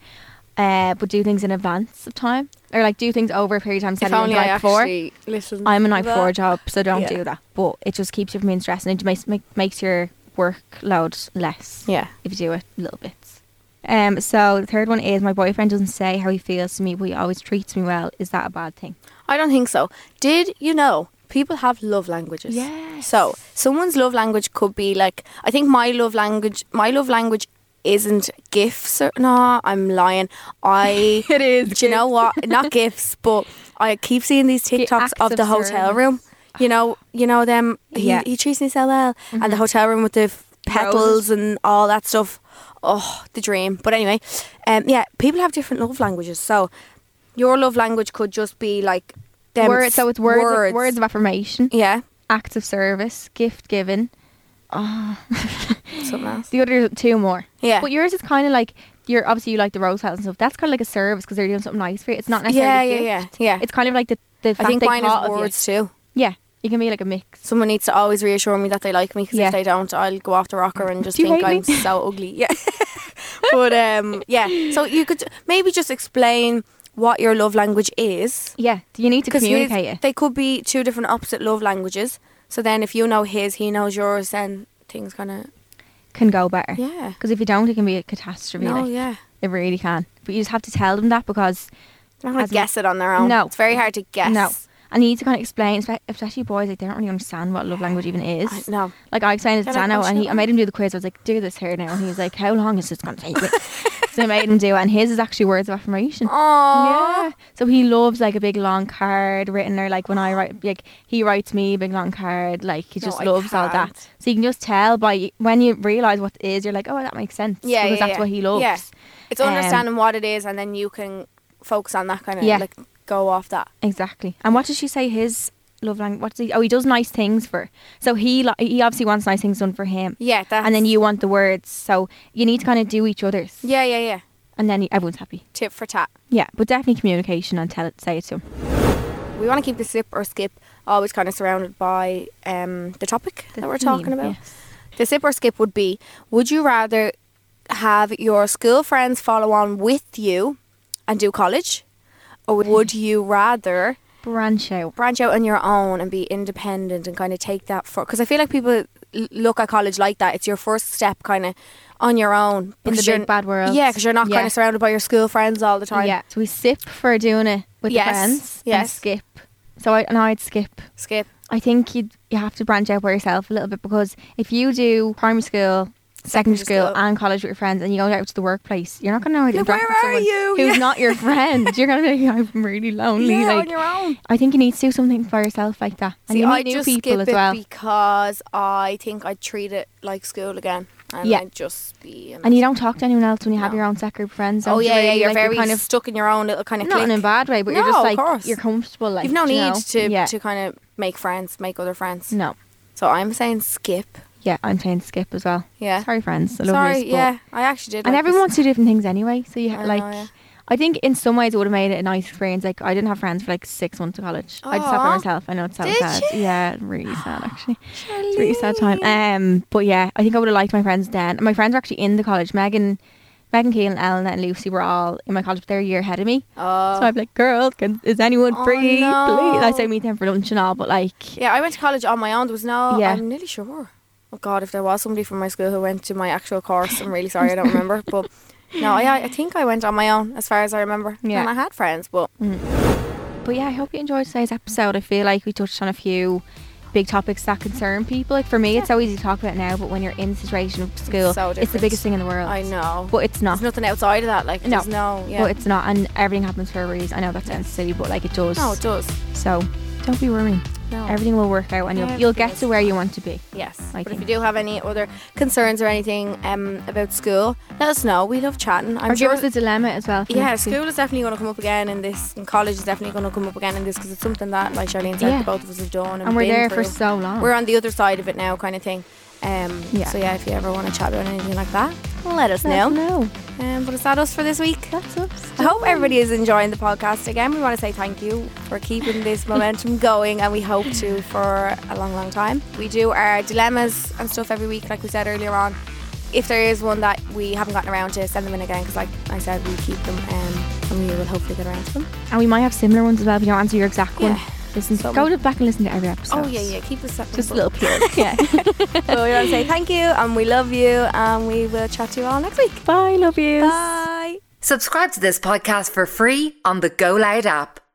S3: uh, but do things in advance of time or like do things over a period of time. instead
S2: if
S3: of
S2: only
S3: doing the
S2: I
S3: night before.
S2: actually listened.
S3: I'm a night
S2: to that.
S3: before job, so don't
S2: Yeah.
S3: do that. But it just keeps you from being stressed and it makes make, makes your workload less
S2: Yeah.
S3: if you do it little bits. Um, so the third one is my boyfriend doesn't say how he feels to me, but he always treats me well. Is that a bad thing?
S2: I don't think so. Did you know people have love languages?
S3: Yes.
S2: So someone's love language could be like I think my love language my love language isn't gifts or no, I'm lying. I
S3: It is
S2: Do you know what? Not gifts, but I keep seeing these TikToks
S3: acts
S2: of
S3: of
S2: the hotel
S3: service.
S2: room. You know, you know them. He,
S3: Yeah. Mm-hmm.
S2: he treats me so well, and the hotel room with the f- petals and all that stuff. Oh, the dream. But anyway, um, yeah, people have different love languages. So your love language could just be like them
S3: words. So it's words, words.
S2: words.
S3: of affirmation,
S2: Yeah,
S3: acts of service, gift given.
S2: something else.
S3: The other two more.
S2: Yeah.
S3: But yours is kind of like you're obviously you like the rose petals and stuff. That's kind of like a service because they're doing something nice for you. It's not necessarily.
S2: yeah,
S3: a
S2: yeah,
S3: gift.
S2: yeah, yeah.
S3: It's kind of like the the
S2: I
S3: fact
S2: think
S3: they
S2: mine
S3: thought
S2: is
S3: of you.
S2: words too.
S3: Yeah, it can be like a mix.
S2: Someone needs to always reassure me that they like me because
S3: Yeah.
S2: if they don't, I'll go off the rocker and just
S3: Do you
S2: think I'm
S3: hate me?
S2: so ugly. Yeah. but um, yeah. So you could maybe just explain what your love language is
S3: Yeah, do you need to
S2: because his-
S3: communicate it?
S2: they could be two different opposite love languages. So then, if you know his, he knows yours, then things kind of
S3: Can go better.
S2: yeah.
S3: Because if you don't, it can be a catastrophe.
S2: No,
S3: like,
S2: yeah.
S3: It really can. But you just have to tell them that because
S2: They're not gonna
S3: As in-
S2: guess it on their own.
S3: No.
S2: it's very hard to guess.
S3: no, and you need to kind of explain, espe- especially boys, like they don't really understand what love language even is.
S2: I- no.
S3: Like I explained it
S2: They're
S3: to
S2: like,
S3: Dano,
S2: "Oh,
S3: and he,
S2: shit,
S3: I made him do the quiz. I was like, "Do this here now," and he was like, "How long is this gonna take me?" so I made him do it, and his is actually words of affirmation.
S2: Aww.
S3: Yeah. So he loves like a big long card written or like when I write like he writes me a big long card, like he
S2: No,
S3: just
S2: I
S3: loves all
S2: can't.
S3: that. So you can just tell by when you realise what it is, you're like, Oh that makes sense.
S2: Yeah,
S3: Because
S2: yeah,
S3: that's
S2: yeah.
S3: what he
S2: Yeah.
S3: loves.
S2: It's
S3: Um,
S2: understanding what it is, and then you can focus on that kind of
S3: Yeah.
S2: like go off that.
S3: Exactly. And what does she say his love language what does he oh he does nice things for so he li- he obviously wants nice things done for him.
S2: Yeah, that's
S3: And then you want the words. So you need to kinda do each other's.
S2: Yeah, yeah, yeah.
S3: And then everyone's happy.
S2: Tip for tat.
S3: Yeah, but definitely communication and tell it say it to him.
S2: We want to keep the sip or skip always kind of surrounded by um, the topic
S3: The
S2: that we're
S3: theme,
S2: talking about.
S3: yes.
S2: The sip or skip would be Would you rather have your school friends follow on with you and do college? Or would you rather
S3: Branch out.
S2: branch out on your own and be independent and kind of take that for? Because I feel like people l- look at college like that. It's your first step kind of on your own.
S3: the
S2: because you're-
S3: big bad world.
S2: Yeah, because you're not
S3: Yeah.
S2: kind of surrounded by your school friends all the time.
S3: Yeah. So we sip for doing it with
S2: Yes,
S3: the friends. And
S2: yes.
S3: skip. So I and I'd skip.
S2: Skip.
S3: I think you you have to branch out by yourself a little bit because if you do primary school, secondary school,
S2: school.
S3: and college with your friends, and you go out to the workplace, you're not going to know how to
S2: Yeah,
S3: interact
S2: where
S3: with
S2: are
S3: someone
S2: you?
S3: who's
S2: Yeah.
S3: not your friend. You're going to be like, I'm really lonely.
S2: Yeah,
S3: like,
S2: on your own.
S3: I think you need to do something for yourself like that, and
S2: See,
S3: you meet
S2: I
S3: new
S2: just
S3: people
S2: skip
S3: as well.
S2: it because I think I'd treat it like school again, and
S3: Yeah.
S2: I'd just be. um,
S3: and you don't talk to anyone else when you have
S2: No.
S3: your own set group of friends.
S2: oh
S3: don't you
S2: yeah, yeah,
S3: really?
S2: you're
S3: Like,
S2: very
S3: kind of
S2: stuck in your own little kind of
S3: not
S2: clique.
S3: in a bad way, but you're
S2: No,
S3: just
S2: of
S3: like
S2: course.
S3: you're comfortable. Like
S2: You've no
S3: do you
S2: need
S3: know?
S2: to
S3: yeah.
S2: to kind of make friends, make other friends.
S3: no.
S2: So I'm saying skip.
S3: Yeah, I'm saying skip as well.
S2: Yeah.
S3: Sorry, friends. I love
S2: Sorry,
S3: yous, but-
S2: yeah, I actually did.
S3: And
S2: like
S3: everyone
S2: this.
S3: wants to do different things anyway. So you
S2: I
S3: ha-
S2: know,
S3: like,
S2: yeah.
S3: I think in some ways it would have made it a nice experience. Like I didn't have friends for like six months of college. I just sat
S2: Aw.
S3: by myself. I know it's so
S2: Did
S3: sad.
S2: you?
S3: Yeah, really sad actually. It's a really sad time. Um, but yeah, I think I would have liked my friends then. And My friends were actually in the college. Megan, Megan, Keelan, Elena, and Lucy were all in my college, but they're a year ahead of me.
S2: Oh.
S3: So I'm like, girls, can, is anyone
S2: Oh,
S3: free? Please. I
S2: no.
S3: say meet them for lunch and all, but like,
S2: yeah, I went to college on my own. There was no.
S3: Yeah.
S2: I'm nearly sure. Oh God, if there was somebody from my school who went to my actual course, I'm really sorry I don't remember. But no, I I think I went on my own as far as I remember.
S3: Yeah.
S2: And I had friends, but
S3: But yeah, I hope you enjoyed today's episode. I feel like we touched on a few big topics that concern people. Like for me, it's so easy to talk about now, but when you're in the situation of school,
S2: so
S3: it's the
S2: different.
S3: biggest thing in the world.
S2: I know.
S3: But it's not.
S2: There's nothing outside of that. Like
S3: No.
S2: there's no. Yeah.
S3: But it's not, and everything happens for a reason. I know that sounds silly, but like it does.
S2: no, it does.
S3: So don't be worrying.
S2: No.
S3: Everything will work out, and you'll, you'll get to where you want to be.
S2: Yes.
S3: I
S2: but if you
S3: think.
S2: do have any other concerns or anything um, about school, let us know. We love chatting. I'm
S3: Or give
S2: sure.
S3: us a dilemma as well. for
S2: yeah,
S3: next week.
S2: school is definitely going to come up again in this, and college is definitely going to come up again in this because it's something that, like Charlene said,
S3: Yeah.
S2: the both of us have done. And,
S3: And we're
S2: been
S3: there for
S2: through.
S3: so long.
S2: We're on the other side of it now, kind of thing. Um,
S3: Yeah.
S2: So, yeah, if you ever want to chat about anything like that, let us
S3: Let us
S2: know.
S3: know.
S2: Um, but is that us for this week?
S3: That's us.
S2: I hope e- everybody is enjoying the podcast again. We want to say thank you for keeping this momentum going, and we hope to for a long, long time. We do our dilemmas and stuff every week, like we said earlier on. If there is one that we haven't gotten around to, send them in again because, like I said, we keep them um, and we will hopefully get around to them.
S3: And we might have similar ones as well if you don't answer your exact one.
S2: Yeah.
S3: listen.
S2: So
S3: Go
S2: much.
S3: to back and listen to every episode.
S2: Oh yeah, yeah. Keep us up.
S3: Just a little plug. yeah.
S2: So we want to say thank you, and we love you, and we will chat to you all next week.
S3: Bye. Love you.
S2: Bye.
S1: Subscribe to this podcast for free on the Go Loud app.